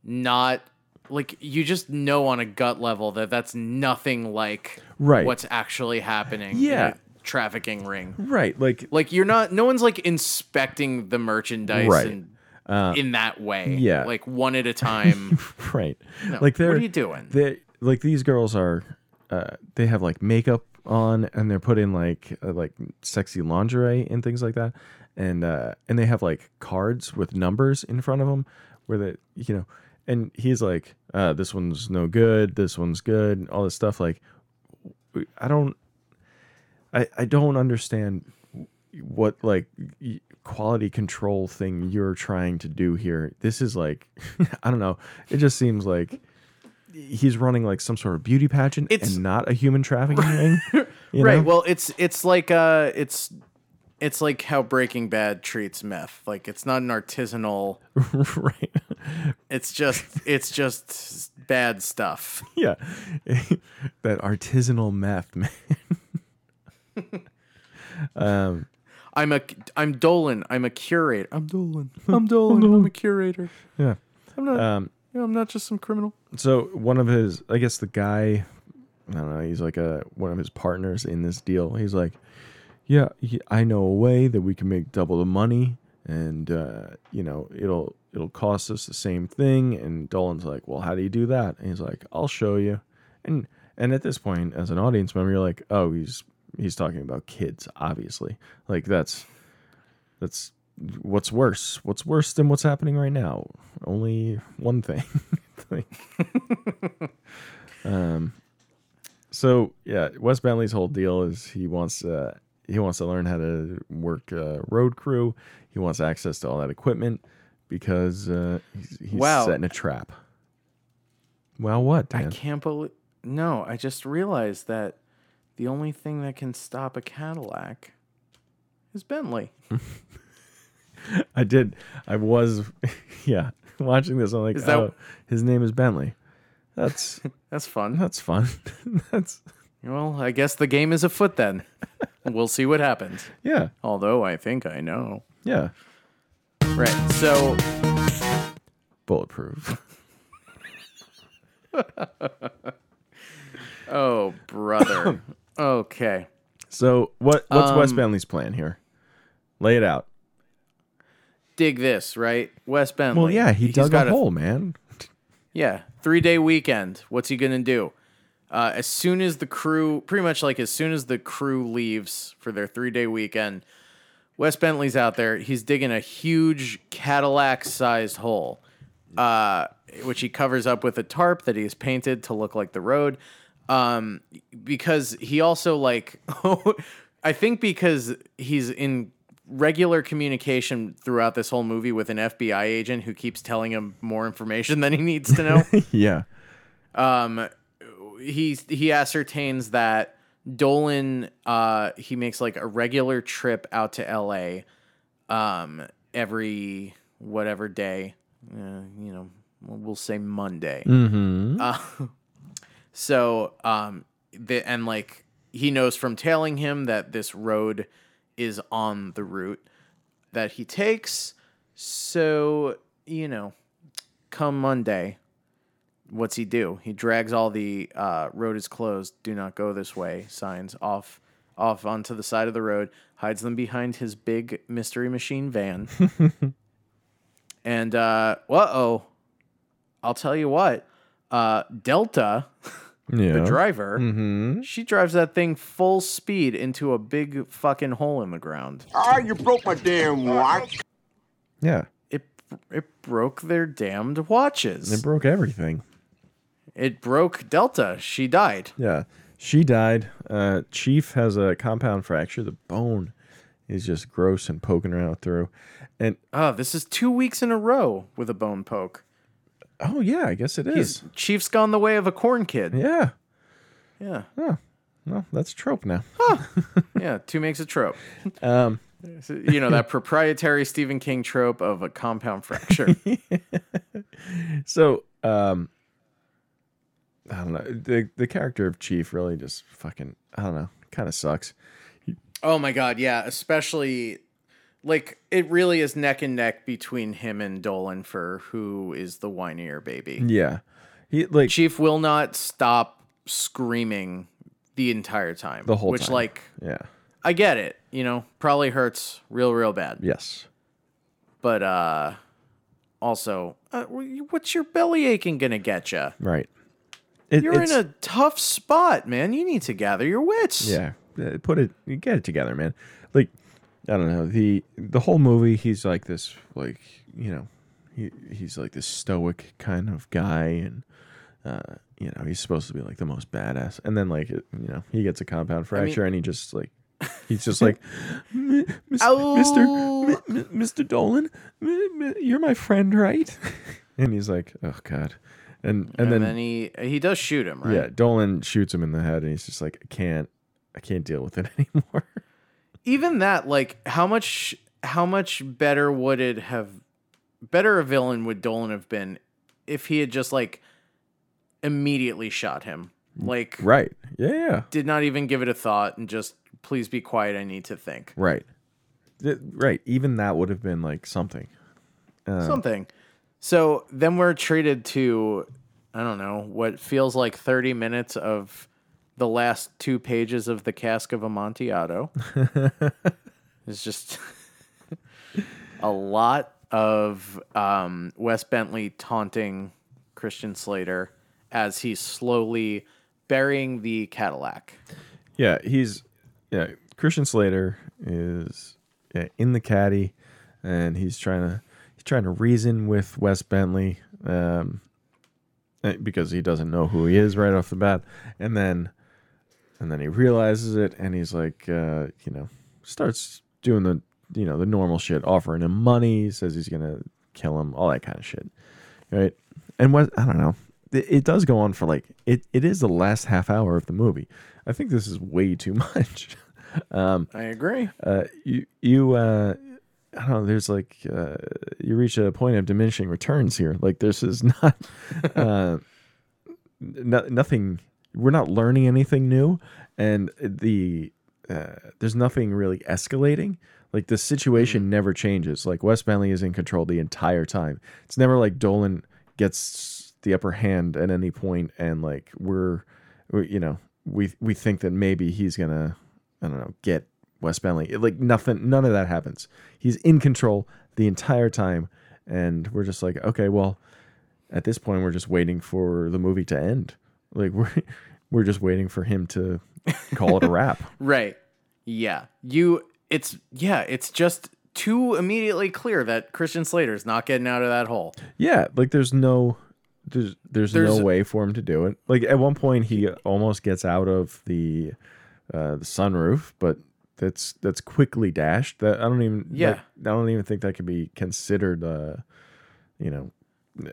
Speaker 1: not like you just know on a gut level that that's nothing like
Speaker 3: Right.
Speaker 1: what's actually happening
Speaker 3: Yeah.
Speaker 1: in a trafficking ring.
Speaker 3: Right, like
Speaker 1: Like you're not no one's like inspecting the merchandise
Speaker 3: Right. Uh,
Speaker 1: in, in that way.
Speaker 3: yeah.
Speaker 1: Like one at a time.
Speaker 3: right,
Speaker 1: No,
Speaker 3: like
Speaker 1: what
Speaker 3: they're
Speaker 1: are you doing?
Speaker 3: they like these girls are uh, they have like makeup on and they're put in like uh, like sexy lingerie and things like that and uh and they have like cards with numbers in front of them where they you know and he's like uh this one's no good this one's good and all this stuff like i don't i i don't understand what like y- quality control thing you're trying to do here this is like i don't know it just seems like he's running like some sort of beauty pageant
Speaker 1: It's-
Speaker 3: and not a human trafficking ring you
Speaker 1: right.
Speaker 3: know?
Speaker 1: Well, it's it's like uh it's it's like how Breaking Bad treats meth. Like it's not an artisanal
Speaker 3: right
Speaker 1: It's just it's just bad stuff.
Speaker 3: yeah that artisanal meth man um
Speaker 1: I'm a I'm Dolan. I'm a Oh, curator. I'm Dolan.
Speaker 5: I'm Dolan. I'm a curator.
Speaker 3: yeah
Speaker 5: I'm not.
Speaker 3: um
Speaker 5: you know, I'm not just some criminal.
Speaker 3: so one of his i guess the guy I don't know. He's like a one of his partners in this deal. He's like, yeah, he, I know a way that we can make double the money, and uh, you know it'll it'll cost us the same thing. And Dolan's like, well, how do you do that? And he's like, I'll show you. And and at this point, as an audience member, you're like, oh, he's he's talking about kids, obviously. Like that's that's what's worse. What's worse than what's happening right now? Only one thing. Like, um, so yeah, Wes Bentley's whole deal is he wants uh, he wants to learn how to work uh, road crew. He wants access to all that equipment because uh, he's, he's
Speaker 1: Wow.
Speaker 3: setting a trap. Well, what?
Speaker 1: I
Speaker 3: Dan?
Speaker 1: can't believe. No, I just realized that the only thing that can stop a Cadillac is Bentley.
Speaker 3: I did. I was, yeah, watching this. I'm like,
Speaker 1: Is that-
Speaker 3: oh, his name is Bentley. That's
Speaker 1: That's fun.
Speaker 3: that's fun. that's
Speaker 1: Well, I guess the game is afoot then. we'll see what happens.
Speaker 3: yeah,
Speaker 1: Although I think I know.
Speaker 3: yeah.
Speaker 1: Right. So
Speaker 3: Bulletproof.
Speaker 1: Oh, brother. okay.
Speaker 3: So what? What's Wes
Speaker 1: Um,
Speaker 3: Bentley's plan here? Lay it out.
Speaker 1: Dig this, right? Wes Bentley.
Speaker 3: Well, yeah, he
Speaker 1: He's
Speaker 3: dug
Speaker 1: got
Speaker 3: a hole, man.
Speaker 1: Yeah, three day weekend. What's he gonna do? Uh, as soon as the crew, pretty much like as soon as the crew leaves for their three day weekend, Wes Bentley's out there. He's digging a huge Cadillac sized hole, uh, which he covers up with a tarp that he's painted to look like the road. Um, because he also like, I think because he's in regular communication throughout this whole movie with an FBI agent who keeps telling him more information than he needs to know.
Speaker 3: yeah.
Speaker 1: um, he he ascertains that Dolan uh, he makes like a regular trip out to L.A. Um, every whatever day, uh, you know, we'll say Monday. Uh,
Speaker 3: Mm-hmm.
Speaker 1: So, um, the, and like he knows from tailing him that this road is on the route that he takes. So, you know, come Monday, what's he do? He drags all the uh, road is closed, do not go this way signs off off onto the side of the road, hides them behind his big mystery machine van. and uh, whoa, I'll tell you what, uh, Delta
Speaker 3: yeah.
Speaker 1: the driver,
Speaker 3: Mm-hmm.
Speaker 1: she drives that thing full speed into a big fucking hole in the ground.
Speaker 6: Ah, you broke my damn watch.
Speaker 3: Yeah.
Speaker 1: It it broke their damned watches.
Speaker 3: It broke everything.
Speaker 1: it broke Delta. She died.
Speaker 3: Yeah. She died. Uh, Chief has a compound fracture. The bone is just gross and poking around through. And
Speaker 1: Oh, this is two weeks in a row with a bone poke.
Speaker 3: oh yeah, I guess it is.
Speaker 1: He's, Chief's gone the way of a corn kid.
Speaker 3: Yeah.
Speaker 1: Yeah,
Speaker 3: Well, that's trope now.
Speaker 1: yeah. Two makes a trope.
Speaker 3: Um,
Speaker 1: You know that proprietary Stephen King trope of a compound fracture.
Speaker 3: so um, I don't know. The the character of Chief really just fucking I don't know. Kind of sucks.
Speaker 1: Oh my god, yeah, especially like it really is neck and neck between him and Dolan for who is the whinier baby.
Speaker 3: Yeah. He like
Speaker 1: Chief will not stop screaming the entire time.
Speaker 3: The whole
Speaker 1: which
Speaker 3: time.
Speaker 1: like
Speaker 3: yeah.
Speaker 1: I get it, you know, probably hurts real real bad.
Speaker 3: Yes.
Speaker 1: But uh also, uh, what's your belly aching going to get you?
Speaker 3: Right. It,
Speaker 1: You're in
Speaker 3: it's-
Speaker 1: a tough spot, man. You need to gather your wits.
Speaker 3: Yeah, uh, put it, you get it together, man. Like, I don't know the the whole movie. He's like this, like you know, he he's like this stoic kind of guy, and uh, you know, he's supposed to be like the most badass. And then like it- you know, he gets a compound fracture, and he just like. He's just like, "M- Mis- Mr.
Speaker 1: Ow.
Speaker 3: M- M- Mr. Dolan, m- m- you're my friend, right? And he's like, oh god, and and,
Speaker 1: And,
Speaker 3: then,
Speaker 1: then he he does shoot him, right?
Speaker 3: yeah, Dolan shoots him in the head, and he's just like, I can't, I can't deal with it anymore.
Speaker 1: even that like how much how much better would it have better a villain would dolan have been if he had just like immediately shot him like
Speaker 3: Mm. Right. Yeah. yeah.
Speaker 1: did not even give it a thought and just please be quiet i need to think
Speaker 3: Right. Th- right. Even that would have been like something.
Speaker 1: something so then we're treated to i don't know what feels like 30 minutes of the last two pages of the cask of Amontillado. it's just a lot of um, Wes Bentley taunting Christian Slater as he's slowly burying the Cadillac.
Speaker 3: Yeah, he's yeah. Christian Slater is yeah, in the caddy, and he's trying to he's trying to reason with Wes Bentley, um, eh, because he doesn't know who he is right off the bat, and then and then he realizes it, and he's like, uh, you know, starts doing the you know the normal shit, offering him money, says he's gonna kill him, all that kind of shit, right? And Wes, I don't know. It, it does go on for like it. It is the last half hour of the movie. I think this is way too much.
Speaker 1: I agree.
Speaker 3: uh, you you uh, I don't know. There's like uh, you reach a point of diminishing returns here. Like this is not uh, no, nothing. We're not learning anything new, and the uh, there's nothing really escalating. Like the situation never changes. Like West Bentley is in control the entire time. It's never like Dolan gets the upper hand at any point, and like we're, we, you know, we we think that maybe he's gonna, I don't know, get West Bentley. It- like nothing, none of that happens. He's in control the entire time, and we're just like, okay, well, at this point, we're just waiting for the movie to end. Like we're we're just waiting for him to call it a wrap.
Speaker 1: Right. Yeah. You it's yeah, it's just too immediately clear that Christian Slater's not getting out of that hole.
Speaker 3: Yeah, like there's no there's there's,
Speaker 1: There's-
Speaker 3: no way for him to do it. Like at one point he almost gets out of the uh the sunroof, but that's that's quickly dashed. That I don't even
Speaker 1: Yeah.
Speaker 3: that- I don't even think that could be considered uh you know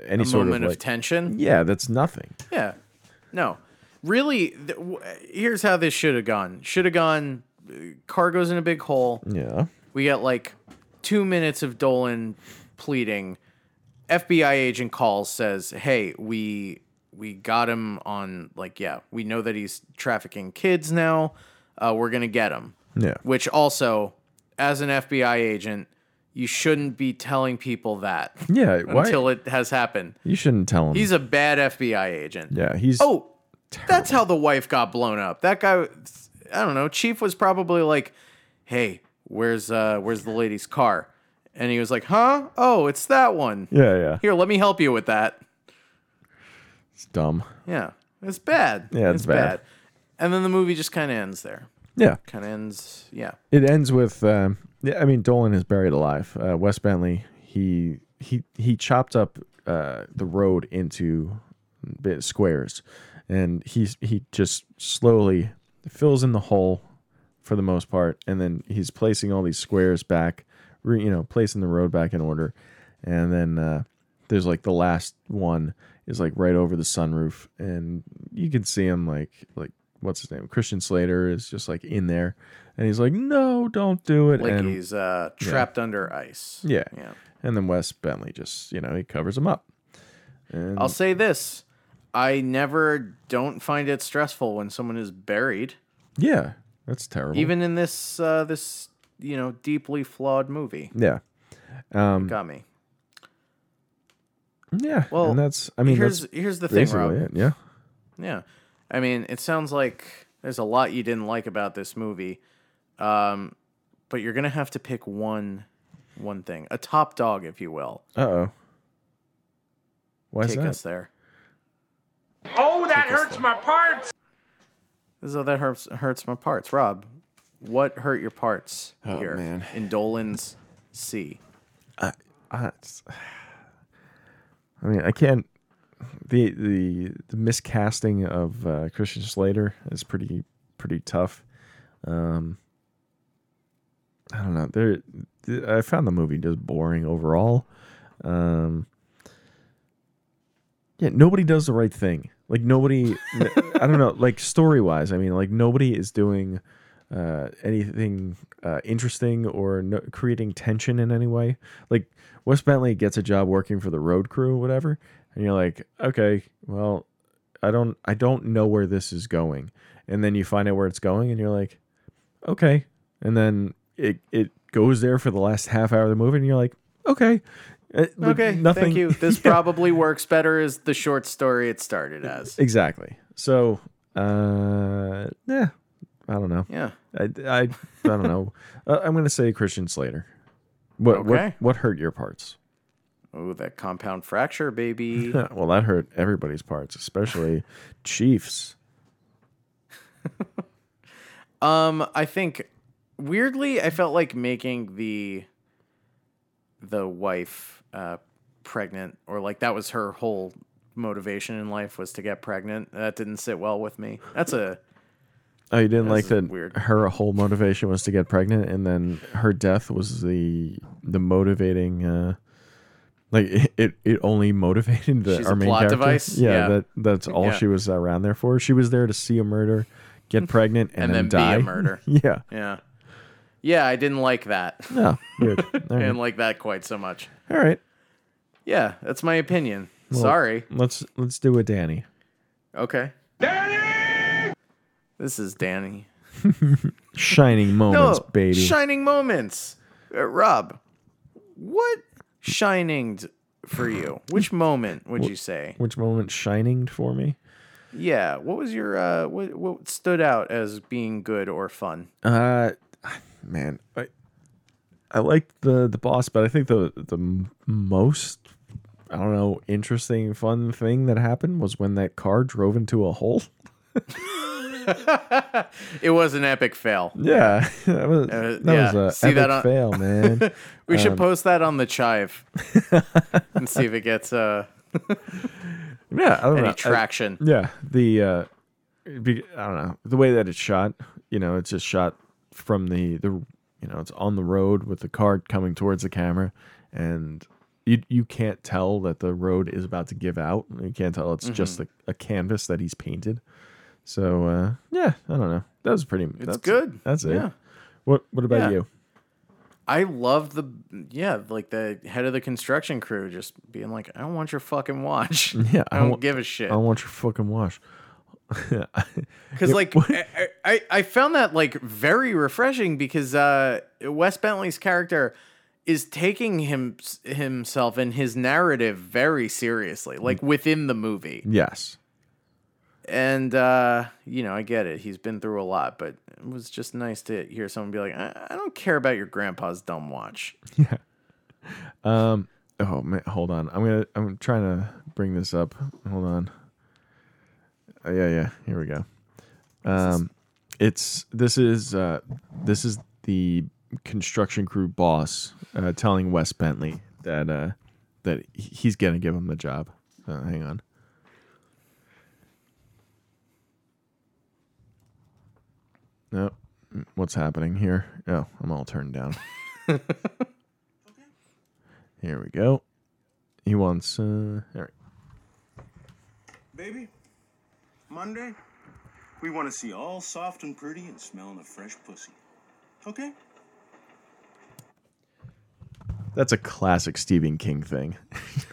Speaker 3: any
Speaker 1: A
Speaker 3: sort
Speaker 1: moment
Speaker 3: of
Speaker 1: of,
Speaker 3: like
Speaker 1: tension.
Speaker 3: yeah, that's nothing.
Speaker 1: Yeah. No. Really th- w- here's how this should have gone. Should have gone uh, car goes in a big hole.
Speaker 3: Yeah.
Speaker 1: We got like 2 minutes of Dolan pleading. FBI agent calls says, "Hey, we we got him on like yeah, we know that he's trafficking kids now. Uh, we're going to get him."
Speaker 3: Yeah.
Speaker 1: which also as an FBI agent, you shouldn't be telling people that
Speaker 3: Yeah, why
Speaker 1: until it has happened.
Speaker 3: you shouldn't tell him.
Speaker 1: He's a bad FBI agent.
Speaker 3: yeah, he's
Speaker 1: Oh, that's how the wife got blown up. That guy I don't know, chief was probably like, "Hey, where's uh where's the lady's car?" And he was like, "Huh? Oh, it's that one.
Speaker 3: Yeah, yeah.
Speaker 1: Here, let me help you with that."
Speaker 3: It's dumb.
Speaker 1: Yeah. It's bad.
Speaker 3: Yeah, it's bad.
Speaker 1: And then the movie just kind of ends there.
Speaker 3: Yeah.
Speaker 1: Kind of ends, yeah.
Speaker 3: it ends with um, yeah, I mean Dolan is buried alive. Uh, Wes Bentley he he he chopped up uh, the road into bit squares, and he he just slowly fills in the hole for the most part, and then he's placing all these squares back, re, you know, placing the road back in order, and then uh, there's like the last one is like right over the sunroof, and you can see him like like what's his name Christian Slater is just like in there, and he's like, no, don't do it,
Speaker 1: Like
Speaker 3: and
Speaker 1: he's uh, trapped under ice.
Speaker 3: yeah,
Speaker 1: Yeah.
Speaker 3: and then Wes Bentley just you know he covers him up. And,
Speaker 1: I'll say this. I never don't find it stressful when someone is buried,
Speaker 3: yeah, that's terrible.
Speaker 1: even in this uh, this you know deeply flawed movie.
Speaker 3: yeah, Um,
Speaker 1: Got me.
Speaker 3: yeah.
Speaker 1: Well,
Speaker 3: and that's I mean
Speaker 1: here's
Speaker 3: that's
Speaker 1: here's the thing, Rob.
Speaker 3: basically it. Yeah,
Speaker 1: Yeah, I mean, it sounds like there's a lot you didn't like about this movie, um, but you're gonna have to pick one one thing, a top dog, if you will.
Speaker 3: Uh oh. Why is
Speaker 1: Take
Speaker 3: that?
Speaker 1: us there.
Speaker 7: Oh, that hurts my parts.
Speaker 1: So that hurts hurts my parts, Rob. What hurt your parts here
Speaker 3: man.
Speaker 1: in Dolan's C?
Speaker 3: I, it's- I mean, I can't. The the the miscasting of uh, Christian Slater is pretty pretty tough. Um, I don't know. There, th- I found the movie just boring overall. Um, yeah, nobody does the right thing. Like nobody, n- I don't know. Like story wise, I mean, like nobody is doing uh, anything uh, interesting or no, creating tension in any way. Like Wes Bentley gets a job working for the road crew, or whatever, and you're like, okay, well, I don't, I don't know where this is going, and then you find out where it's going, and you're like, okay, and then it it goes there for the last half hour of the movie, and you're like, okay, Uh, like,
Speaker 1: Okay, thank you. This probably works better as the short story it started as.
Speaker 3: Exactly. So Uh, yeah, I don't know.
Speaker 1: Yeah.
Speaker 3: I, I, I don't know. Uh, I'm gonna say Christian Slater. What
Speaker 1: Okay.
Speaker 3: what what hurt your parts? Uh,
Speaker 1: Oh, that compound fracture, baby.
Speaker 3: well, that hurt everybody's parts, especially Chiefs.
Speaker 1: Um, I think weirdly, I felt like making the the wife uh, pregnant, or like that was her whole motivation in life was to get pregnant. That didn't sit well with me. That's a
Speaker 3: Oh, you didn't like
Speaker 1: is
Speaker 3: that?
Speaker 1: weird.
Speaker 3: Her whole motivation was to get pregnant, and then her death was the the motivating. Uh, like it, it, it only motivated the
Speaker 1: She's
Speaker 3: our
Speaker 1: a
Speaker 3: main
Speaker 1: plot
Speaker 3: character.
Speaker 1: device?
Speaker 3: Yeah,
Speaker 1: Yeah.
Speaker 3: that that's all
Speaker 1: Yeah.
Speaker 3: she was around there for. She was there to see a murder, get pregnant, and,
Speaker 1: and, then,
Speaker 3: die.
Speaker 1: be a murder.
Speaker 3: yeah,
Speaker 1: yeah, yeah. I didn't like that.
Speaker 3: no, weird. All
Speaker 1: I
Speaker 3: right.
Speaker 1: didn't like that quite so much.
Speaker 3: all right.
Speaker 1: Yeah, that's my opinion.
Speaker 3: Well,
Speaker 1: Sorry.
Speaker 3: Let's let's do a Danny.
Speaker 1: Okay. Danny. This is Danny.
Speaker 3: Shining moments, baby.
Speaker 1: Shining moments. Uh, Rob, what shininged for you? Which moment would you say?
Speaker 3: Which moment shining for me?
Speaker 1: Yeah. What was your uh what what stood out as being good or fun?
Speaker 3: Uh, man, I I liked the the boss, but I think the the m- most I don't know interesting fun thing that happened was when that car drove into a hole.
Speaker 1: It was an epic fail.
Speaker 3: Yeah, that was
Speaker 1: Uh,
Speaker 3: that
Speaker 1: yeah,
Speaker 3: was a
Speaker 1: see that
Speaker 3: epic
Speaker 1: on-
Speaker 3: fail, man.
Speaker 1: We should
Speaker 3: Um,
Speaker 1: post that on the chive and see if it gets uh
Speaker 3: yeah, I don't
Speaker 1: any
Speaker 3: know. I-
Speaker 1: traction.
Speaker 3: yeah, the uh, it'd be, I don't know the way that it's shot. You know, it's just shot from the the you know it's on the road with the car coming towards the camera, and you you can't tell that the road is about to give out. You can't tell it's just a,
Speaker 1: Mm-hmm.
Speaker 3: a canvas that he's painted. So uh, yeah, I don't know. That was pretty.
Speaker 1: it's
Speaker 3: that's it.
Speaker 1: good.
Speaker 3: That's it.
Speaker 1: Yeah.
Speaker 3: What What about
Speaker 1: Yeah.
Speaker 3: you?
Speaker 1: I love the yeah, like the head of the construction crew just being like, I don't want your fucking watch.
Speaker 3: Yeah,
Speaker 1: I
Speaker 3: I
Speaker 1: don't
Speaker 3: want-
Speaker 1: give a shit.
Speaker 3: I don't want your fucking wash.
Speaker 1: because like I, I I found that like very refreshing because uh Wes Bentley's character is taking him himself and his narrative very seriously
Speaker 3: Mm.
Speaker 1: like within the movie
Speaker 3: Yes.
Speaker 1: and uh you know I get it he's been through a lot but it was just nice to hear someone be like I, I don't care about your grandpa's dumb watch
Speaker 3: Oh man, hold on. I'm gonna. I'm trying to bring this up. Hold on. Oh, yeah, yeah. Here we go. Um, it's this is uh, this is the construction crew boss uh, telling Wes Bentley that uh, that he's gonna give him the job. Uh, hang on. No, Mm, what's happening here? Oh, I'm all turned down. Here we go. He wants. Uh, all right.
Speaker 8: Baby, Monday, we want to see all soft and pretty and smelling of fresh pussy. Okay?
Speaker 3: That's a classic Stephen King thing.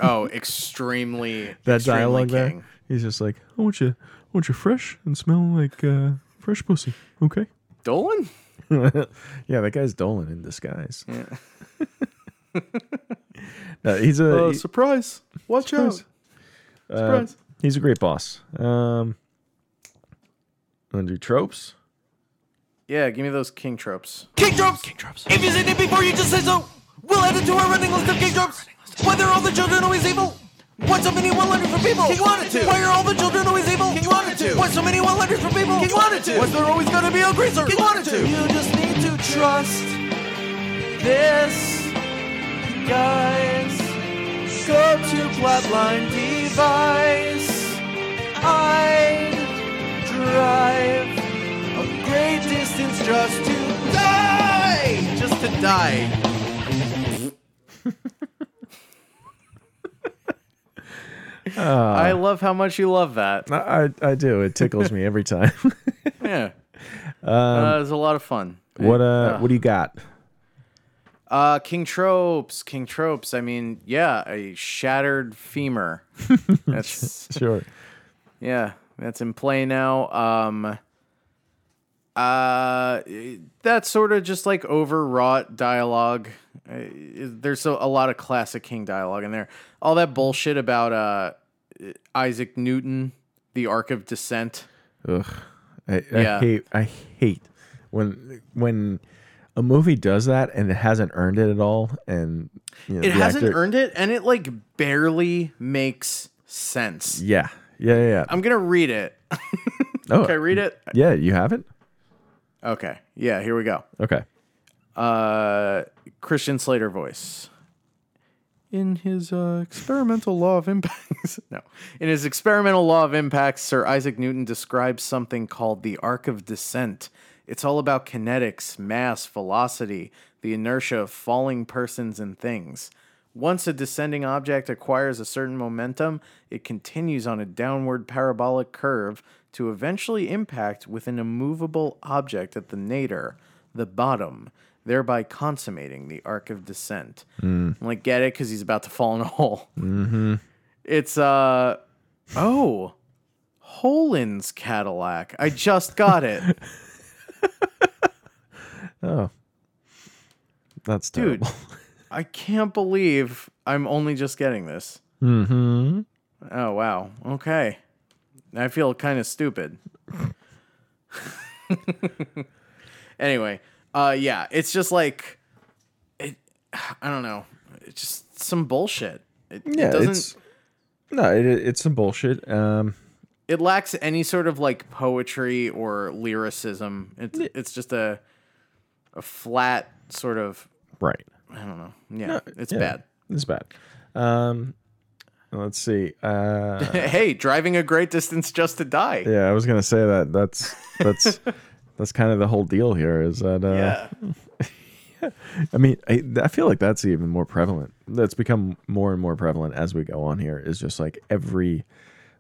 Speaker 1: oh extremely
Speaker 3: That
Speaker 1: extremely
Speaker 3: dialogue
Speaker 1: king.
Speaker 3: there. He's just like,
Speaker 4: I want you, I want you fresh and smelling like uh, fresh pussy. Okay.
Speaker 1: Dolan
Speaker 3: yeah, that guy's Dolan in disguise. No, he's a he-
Speaker 5: Uh, surprise! Watch
Speaker 3: Oh, Surprise.
Speaker 5: out!
Speaker 1: Uh,
Speaker 5: Surprise!
Speaker 3: he's a great boss. Um, want to do tropes?
Speaker 1: yeah give me those king tropes
Speaker 2: King drops. King drops. If you seen it before, you just say so. We'll add it to our running list of king drops. Why are all the children always evil? Why so many one letters for people? King wanted to. Why are all the children always evil? King wanted to. Why so many one letters for people? King wanted to. Why there always gonna be a greaser? King wanted to. You just need to trust this, guys. Go to Flatline Device. I drive a great distance just to die. Just to die.
Speaker 1: I love how much you love that
Speaker 3: I, I I do. It tickles me every time.
Speaker 1: yeah. uh, it was a lot of fun.
Speaker 3: what uh, what do you got?
Speaker 1: Uh, King Tropes, King Tropes. I mean, yeah, a shattered femur. That's
Speaker 3: Sure.
Speaker 1: yeah, that's in play now. Um, uh, that's sort of just like overwrought dialogue. Uh, There's a, a lot of classic King dialogue in there. All that bullshit about uh Isaac Newton, the Arc of Descent.
Speaker 3: Ugh, I, I
Speaker 1: Yeah.
Speaker 3: hate I hate when when a movie does that and it hasn't earned it at all, and you know,
Speaker 1: It
Speaker 3: the
Speaker 1: hasn't
Speaker 3: actor-
Speaker 1: earned it, and it like barely makes sense.
Speaker 3: Yeah, yeah, yeah. yeah.
Speaker 1: I'm gonna read it.
Speaker 3: oh,
Speaker 1: Can I read it?
Speaker 3: Yeah, you have it.
Speaker 1: Okay. Yeah. Here we go.
Speaker 3: Okay.
Speaker 1: Uh, Christian Slater voice. In his uh, experimental law of impacts, no. In his experimental law of impacts, Sir Isaac Newton describes something called the arc of descent. It's all about kinetics, mass, velocity, the inertia of falling persons and things. Once a descending object acquires a certain momentum, it continues on a downward parabolic curve to eventually impact with an immovable object at the nadir, the bottom, thereby consummating the arc of descent. I'm like, get it? Because he's about to fall in a hole. Mm-hmm. It's, uh, oh, Holin's Cadillac. I just got it.
Speaker 3: Oh, that's
Speaker 1: Dude,
Speaker 3: terrible.
Speaker 1: I can't believe I'm only just getting this.
Speaker 3: mm-hmm.
Speaker 1: Oh, wow. Okay. I feel kind of stupid. anyway, uh, yeah, it's just like, it, I don't know. It's just some bullshit. It,
Speaker 3: Yeah,
Speaker 1: it doesn't,
Speaker 3: it's no, it, it's some bullshit. Um,
Speaker 1: it lacks any sort of like poetry or lyricism. It's it's just a a flat sort of
Speaker 3: right.
Speaker 1: I don't know. Yeah, it's
Speaker 3: yeah.
Speaker 1: bad.
Speaker 3: It's bad. Um, let's see. Uh,
Speaker 1: hey, driving a great distance just to die.
Speaker 3: yeah, I was gonna say that. That's that's that's kind of the whole deal here. Is that uh,
Speaker 1: Yeah.
Speaker 3: I mean, I, I feel like that's even more prevalent. That's become more and more prevalent as we go on here. Is just like every,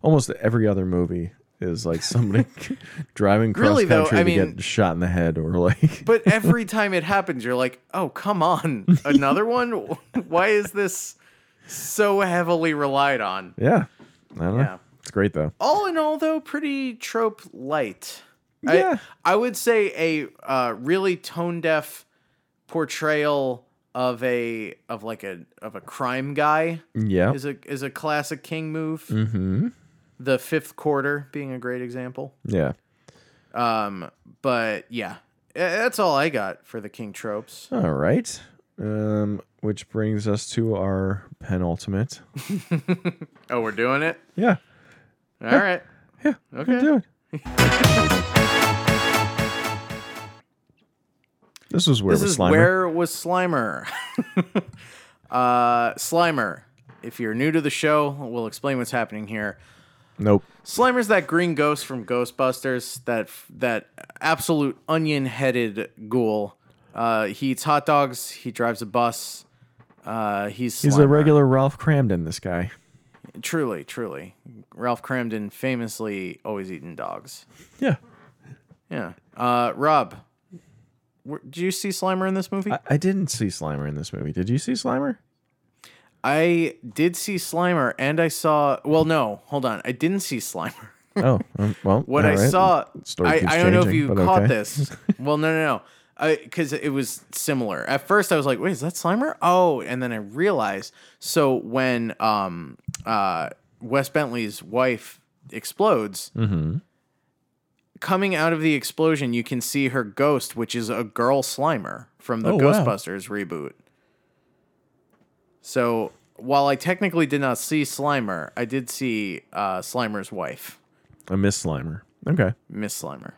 Speaker 3: almost every other movie is like somebody driving cross
Speaker 1: Really, though,
Speaker 3: country
Speaker 1: I
Speaker 3: to
Speaker 1: mean-
Speaker 3: get shot in the head or like.
Speaker 1: But every time it happens, you're like, oh, come on, another one? Why is this so heavily relied on?
Speaker 3: yeah, I don't
Speaker 1: Yeah.
Speaker 3: know. It's great though.
Speaker 1: All in all, though, pretty trope light.
Speaker 3: Yeah.
Speaker 1: I, I would say a uh, really tone deaf portrayal of a of like a of a crime guy
Speaker 3: Yeah.
Speaker 1: is a is a classic King move.
Speaker 3: Mm-hmm.
Speaker 1: The fifth quarter being a great example.
Speaker 3: Yeah.
Speaker 1: Um, but yeah, Eh, that's all I got for the King tropes.
Speaker 3: All right. Um, which brings us to our penultimate.
Speaker 1: Oh, we're doing it.
Speaker 3: Yeah.
Speaker 1: All right.
Speaker 3: Yeah.
Speaker 1: Okay.
Speaker 3: Do it. this is where
Speaker 1: This
Speaker 3: we're
Speaker 1: is
Speaker 3: Slimer.
Speaker 1: where was Slimer? uh, Slimer. If you're new to the show, we'll explain what's happening here.
Speaker 3: Nope.
Speaker 1: Slimer's that green ghost from Ghostbusters, that that absolute onion-headed ghoul. Uh, he eats hot dogs. He drives a bus. Uh, he's
Speaker 3: He's a
Speaker 1: Slimer.
Speaker 3: regular Ralph Cramden, this guy.
Speaker 1: Truly, truly, Ralph Cramden famously always eating dogs.
Speaker 3: Yeah.
Speaker 1: Yeah. Uh, Rob, where, did you see Slimer in this movie?
Speaker 3: I, I didn't see Slimer in this movie. Did you see Slimer?
Speaker 1: I did see Slimer, and I saw. Well, no, hold on. I didn't see Slimer.
Speaker 3: Oh, um, well.
Speaker 1: What
Speaker 3: all
Speaker 1: I
Speaker 3: right.
Speaker 1: saw,
Speaker 3: Story
Speaker 1: I,
Speaker 3: keeps
Speaker 1: I don't know if
Speaker 3: changing,
Speaker 1: you
Speaker 3: but
Speaker 1: caught
Speaker 3: okay.
Speaker 1: this. Well, no, no, no, because it was similar. At first, I was like, "Wait, is that Slimer?" Oh, and then I realized. So when um uh Wes Bentley's wife explodes,
Speaker 3: Mm-hmm.
Speaker 1: coming out of the explosion, you can see her ghost, which is a girl Slimer from the
Speaker 3: Oh, wow.
Speaker 1: Ghostbusters reboot. So while I technically did not see Slimer, I did see uh, Slimer's wife.
Speaker 3: I miss Slimer. Okay.
Speaker 1: Miss Slimer.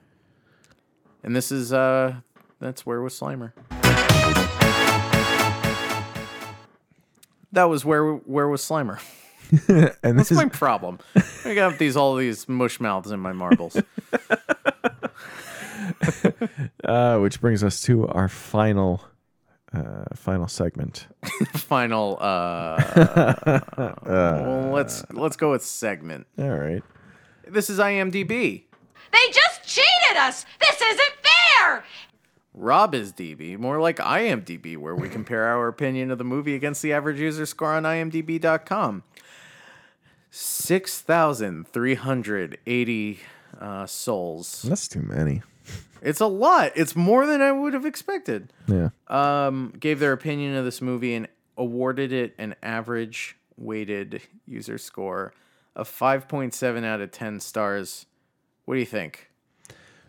Speaker 1: And this is uh that's where was Slimer. That was where where was Slimer.
Speaker 3: And this
Speaker 1: That's
Speaker 3: is
Speaker 1: my problem. I got these all these mush mouths in my marbles.
Speaker 3: uh, which brings us to our final uh, final segment.
Speaker 1: Final uh,
Speaker 3: Uh.
Speaker 1: well, let's let's go with segment.
Speaker 3: All right.
Speaker 1: This is IMDb.
Speaker 9: They just cheated us! This isn't fair!
Speaker 1: Rob is DB, more like IMDb, where we compare our opinion of the movie against the average user score on IMDb.com. 6,380 uh, souls.
Speaker 3: That's too many.
Speaker 1: It's a lot. It's more than I would have expected.
Speaker 3: Yeah.
Speaker 1: Um, gave their opinion of this movie and awarded it an average weighted user score of 5.7 out of 10 stars What do you think?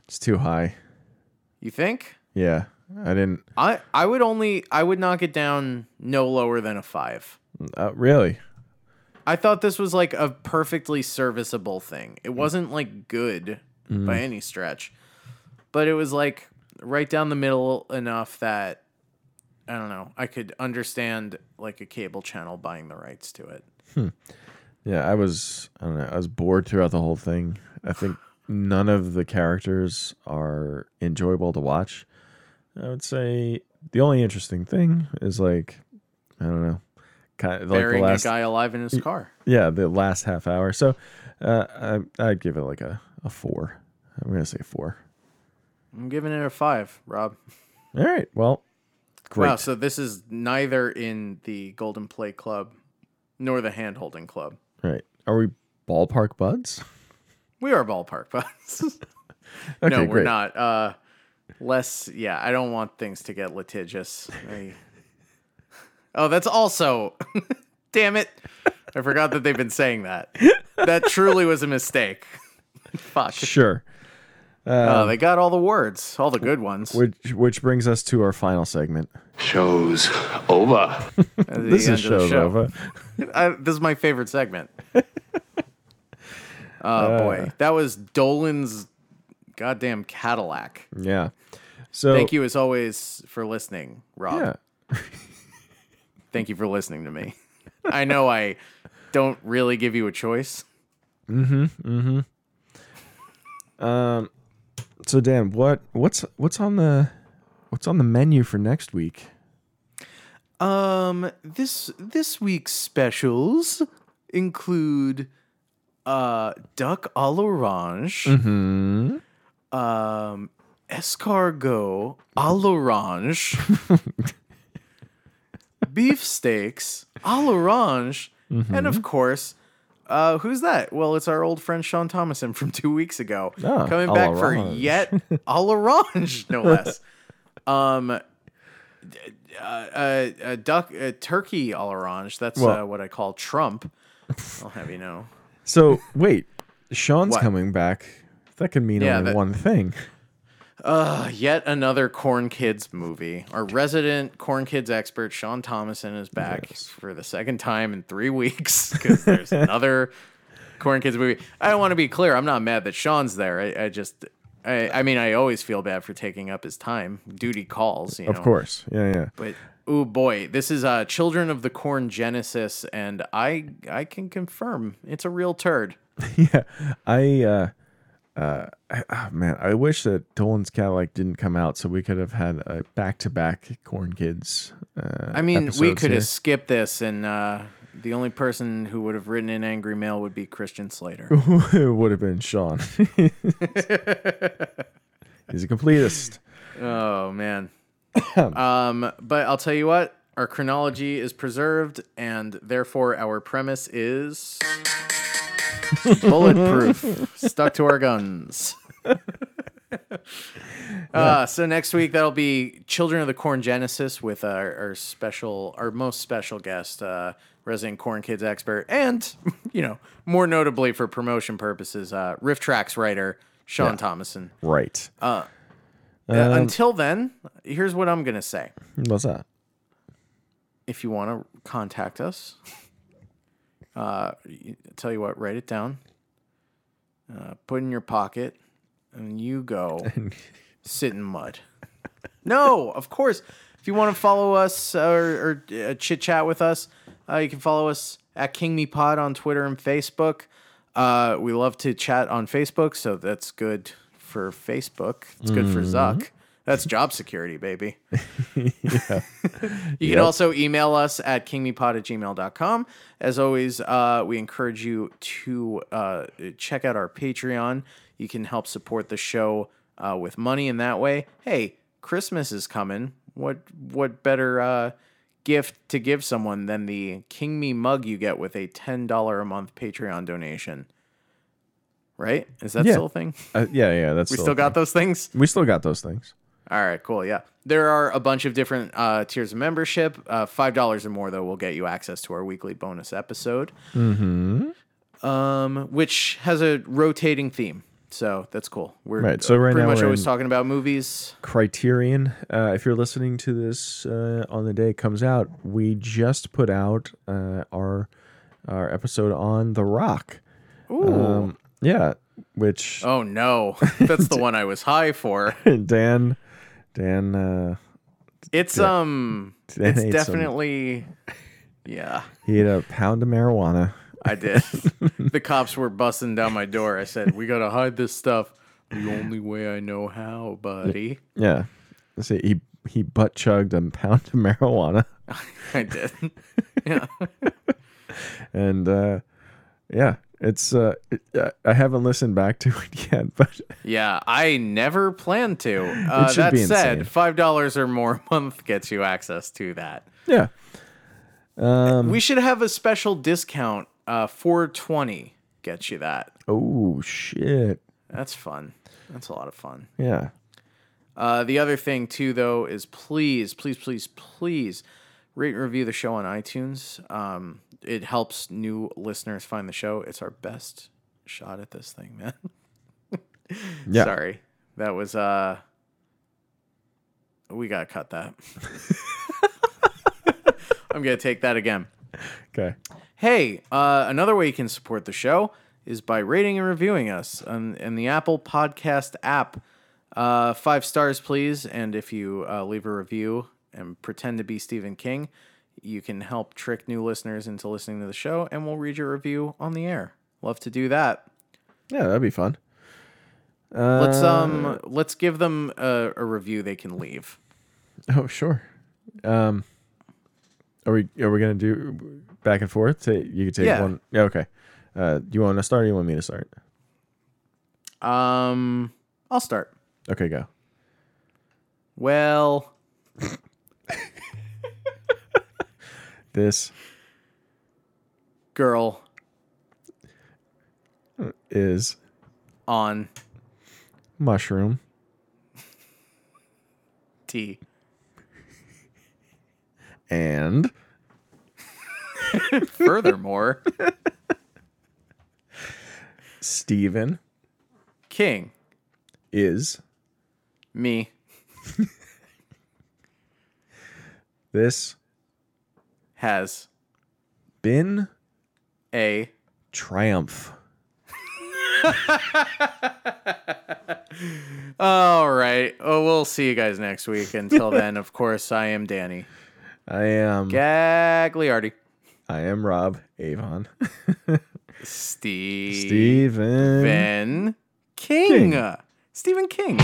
Speaker 3: It's too high.
Speaker 1: You think?
Speaker 3: Yeah, I didn't.
Speaker 1: I I would only I would knock it down no lower than a 5.
Speaker 3: Uh, really?
Speaker 1: I thought this was like a perfectly serviceable thing. It wasn't like good
Speaker 3: Mm.
Speaker 1: by any stretch, but it was like right down the middle enough that I don't know. I could understand like a cable channel buying the rights to it.
Speaker 3: Yeah, I was. I don't know. I was bored throughout the whole thing. I think none of the characters are enjoyable to watch. I would say the only interesting thing is like, I don't know, kind of like the
Speaker 1: Burying
Speaker 3: last.
Speaker 1: a guy alive in his car.
Speaker 3: Yeah, the last half hour. So, uh, I, I'd give it like a a four. I'm gonna say four.
Speaker 1: I'm giving it a 5, Rob.
Speaker 3: All right. Well, great.
Speaker 1: Wow, so this is neither in the Golden Play Club nor the Hand Holding Club.
Speaker 3: All right. Are we ballpark buds?
Speaker 1: We are ballpark buds.
Speaker 3: Okay,
Speaker 1: no, we're
Speaker 3: great.
Speaker 1: not. Uh, less, yeah. I don't want things to get litigious. I- oh, that's also. damn it! I forgot that they've been saying that. That truly was a mistake. Fuck.
Speaker 3: Sure.
Speaker 1: Uh, they got all the words, all the good ones.
Speaker 3: Which which brings us to our final segment.
Speaker 10: Show's over.
Speaker 1: at the
Speaker 3: This
Speaker 1: end
Speaker 3: is
Speaker 1: of the
Speaker 3: show's over.
Speaker 1: I, this is my favorite segment. Oh
Speaker 3: Uh,
Speaker 1: boy, that was Dolan's goddamn Cadillac.
Speaker 3: Yeah. So
Speaker 1: Thank you as always for listening, Rob.
Speaker 3: Yeah.
Speaker 1: Thank you for listening to me. I know I don't really give you a choice.
Speaker 3: So Dan, what what's what's on the what's on the menu for next week?
Speaker 1: Um, this this week's specials include uh duck à l'orange,
Speaker 3: Mm-hmm.
Speaker 1: um, escargot à l'orange, beef steaks à l'orange,
Speaker 3: Mm-hmm.
Speaker 1: and of course. Uh, who's that? Well, it's our old friend Sean Thomason from two weeks ago,
Speaker 3: Ah,
Speaker 1: coming
Speaker 3: à
Speaker 1: back for
Speaker 3: l'orange.
Speaker 1: yet à l'orange, no less. Um, a, a duck, a turkey all orange. That's
Speaker 3: Well-
Speaker 1: uh, what I call Trump. I'll have you know.
Speaker 3: So wait, Sean's
Speaker 1: What?
Speaker 3: coming back. That could mean
Speaker 1: Yeah,
Speaker 3: only
Speaker 1: that-
Speaker 3: one thing.
Speaker 1: Uh, yet another Corn Kids movie. Our resident Corn Kids expert, Sean Thomason, is back for the second time in three weeks because there's another Corn Kids movie. I want to be clear. I'm not mad that Sean's there. I, I just, I, I mean, I always feel bad for taking up his time. Duty calls, you know.
Speaker 3: Of course. Yeah, yeah.
Speaker 1: But oh boy, this is uh, Children of the Corn Genesis, and I I can confirm it's a real turd.
Speaker 3: yeah. I uh uh I, oh, man, I wish that Dolan's Cadillac didn't come out so we could have had a back-to-back Corn Kids. Uh,
Speaker 1: I mean, we
Speaker 3: episodes
Speaker 1: could
Speaker 3: here.
Speaker 1: have skipped this, and uh, the only person who would have written an angry mail would be Christian Slater.
Speaker 3: it would have been Sean. He's a completist.
Speaker 1: Oh man. um, but I'll tell you what, our chronology is preserved, and therefore our premise is bulletproof, stuck to our guns. uh, so next week that'll be Children of the Corn Genesis with our, our special, our most special guest, uh, resident corn kids expert, and you know, more notably for promotion purposes, uh, Riff Tracks writer Sean Thomason.
Speaker 3: Right.
Speaker 1: Uh, until then, here's what I'm going to say.
Speaker 3: What's that?
Speaker 1: If you want to contact us, uh, y- tell you what, write it down, uh, put it in your pocket, and you go
Speaker 3: Uh,
Speaker 1: sit in mud. No, of course. If you want to follow us or, or uh, chit chat with us, uh, you can follow us at King Me Pod on Twitter and Facebook. Uh, we love to chat on Facebook, so that's good for Facebook. It's good for Zuck. That's job security, baby. You can also email us at kingmepod at gmail.com. As always, uh, we encourage you to uh, check out our Patreon. You can help support the show uh, with money in that way. Hey, Christmas is coming. What what better uh, gift to give someone than the King Me mug you get with a $10 a month Patreon donation? Right? Is that
Speaker 3: Yeah.
Speaker 1: still a thing?
Speaker 3: Uh, yeah, yeah. That's
Speaker 1: We still got those things?
Speaker 3: We still got those things.
Speaker 1: All right, cool. Yeah. There are a bunch of different uh, tiers of membership. Uh, $5 or more, though, will get you access to our weekly bonus episode, mm-hmm. um, which has a rotating theme. So that's cool. We're
Speaker 3: Right, so right
Speaker 1: pretty
Speaker 3: now
Speaker 1: much
Speaker 3: we're
Speaker 1: always
Speaker 3: in-
Speaker 1: talking about movies.
Speaker 3: Criterion. Uh, if you're listening to this uh, on the day it comes out, we just put out uh, our our episode on The Rock.
Speaker 1: Ooh.
Speaker 3: Um, yeah, which
Speaker 1: oh no, that's the one I was high for.
Speaker 3: Oh. Dan Dan uh,
Speaker 1: It's um,
Speaker 3: Dan
Speaker 1: it's
Speaker 3: ate some-
Speaker 1: definitely, yeah.
Speaker 3: he ate a pound of marijuana.
Speaker 1: I did. the cops were busting down my door. I said, "We gotta hide this stuff. The only way I know how, buddy."
Speaker 3: Yeah, Let's see, he he butt chugged a pound of marijuana,
Speaker 1: I did. yeah.
Speaker 3: and uh, yeah, it's uh, it, uh, I haven't listened back to it yet, but
Speaker 1: Yeah, I never planned to. Uh,
Speaker 3: should
Speaker 1: that
Speaker 3: be
Speaker 1: said,
Speaker 3: insane.
Speaker 1: five dollars or more a month gets you access to that.
Speaker 3: yeah, um,
Speaker 1: We should have a special discount. Uh, four twenty gets you that.
Speaker 3: oh shit,
Speaker 1: That's fun. That's a lot of fun.
Speaker 3: yeah,
Speaker 1: Uh, the other thing too, though, is please, please, please, please rate and review the show on iTunes. Um, it helps new listeners find the show. It's our best shot at this thing, man.
Speaker 3: yeah.
Speaker 1: Sorry, that was uh, we gotta cut that. I'm gonna take that again.
Speaker 3: Okay.
Speaker 1: Hey, uh, another way you can support the show is by rating and reviewing us on, in the Apple Podcast app. Uh, five stars, please. And if you uh, leave a review and pretend to be Stephen King, you can help trick new listeners into listening to the show, and we'll read your review on the air. Love to do that.
Speaker 3: Yeah, that'd be fun.
Speaker 1: Let's um, let's give them a, a review they can leave.
Speaker 3: Oh, sure. Um, are we are we gonna do back and forth? Say you could take
Speaker 1: Yeah.
Speaker 3: one. Yeah, okay. Uh, you want to start? or You want me to start?
Speaker 1: Um, I'll start.
Speaker 3: Okay, go.
Speaker 1: Well,
Speaker 3: This
Speaker 1: girl
Speaker 3: is
Speaker 1: on
Speaker 3: mushroom.
Speaker 1: T.
Speaker 3: And
Speaker 1: Furthermore,
Speaker 3: Steven
Speaker 1: King
Speaker 3: is
Speaker 1: me
Speaker 3: this
Speaker 1: has
Speaker 3: been
Speaker 1: a
Speaker 3: triumph.
Speaker 1: all right oh we'll see you guys next week until then of course i am danny
Speaker 3: I am
Speaker 1: gagliardi
Speaker 3: I am Rob Avon.
Speaker 1: steve
Speaker 3: Steven.
Speaker 1: ben king, stephen king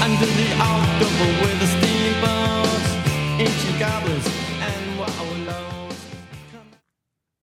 Speaker 2: Under the October with a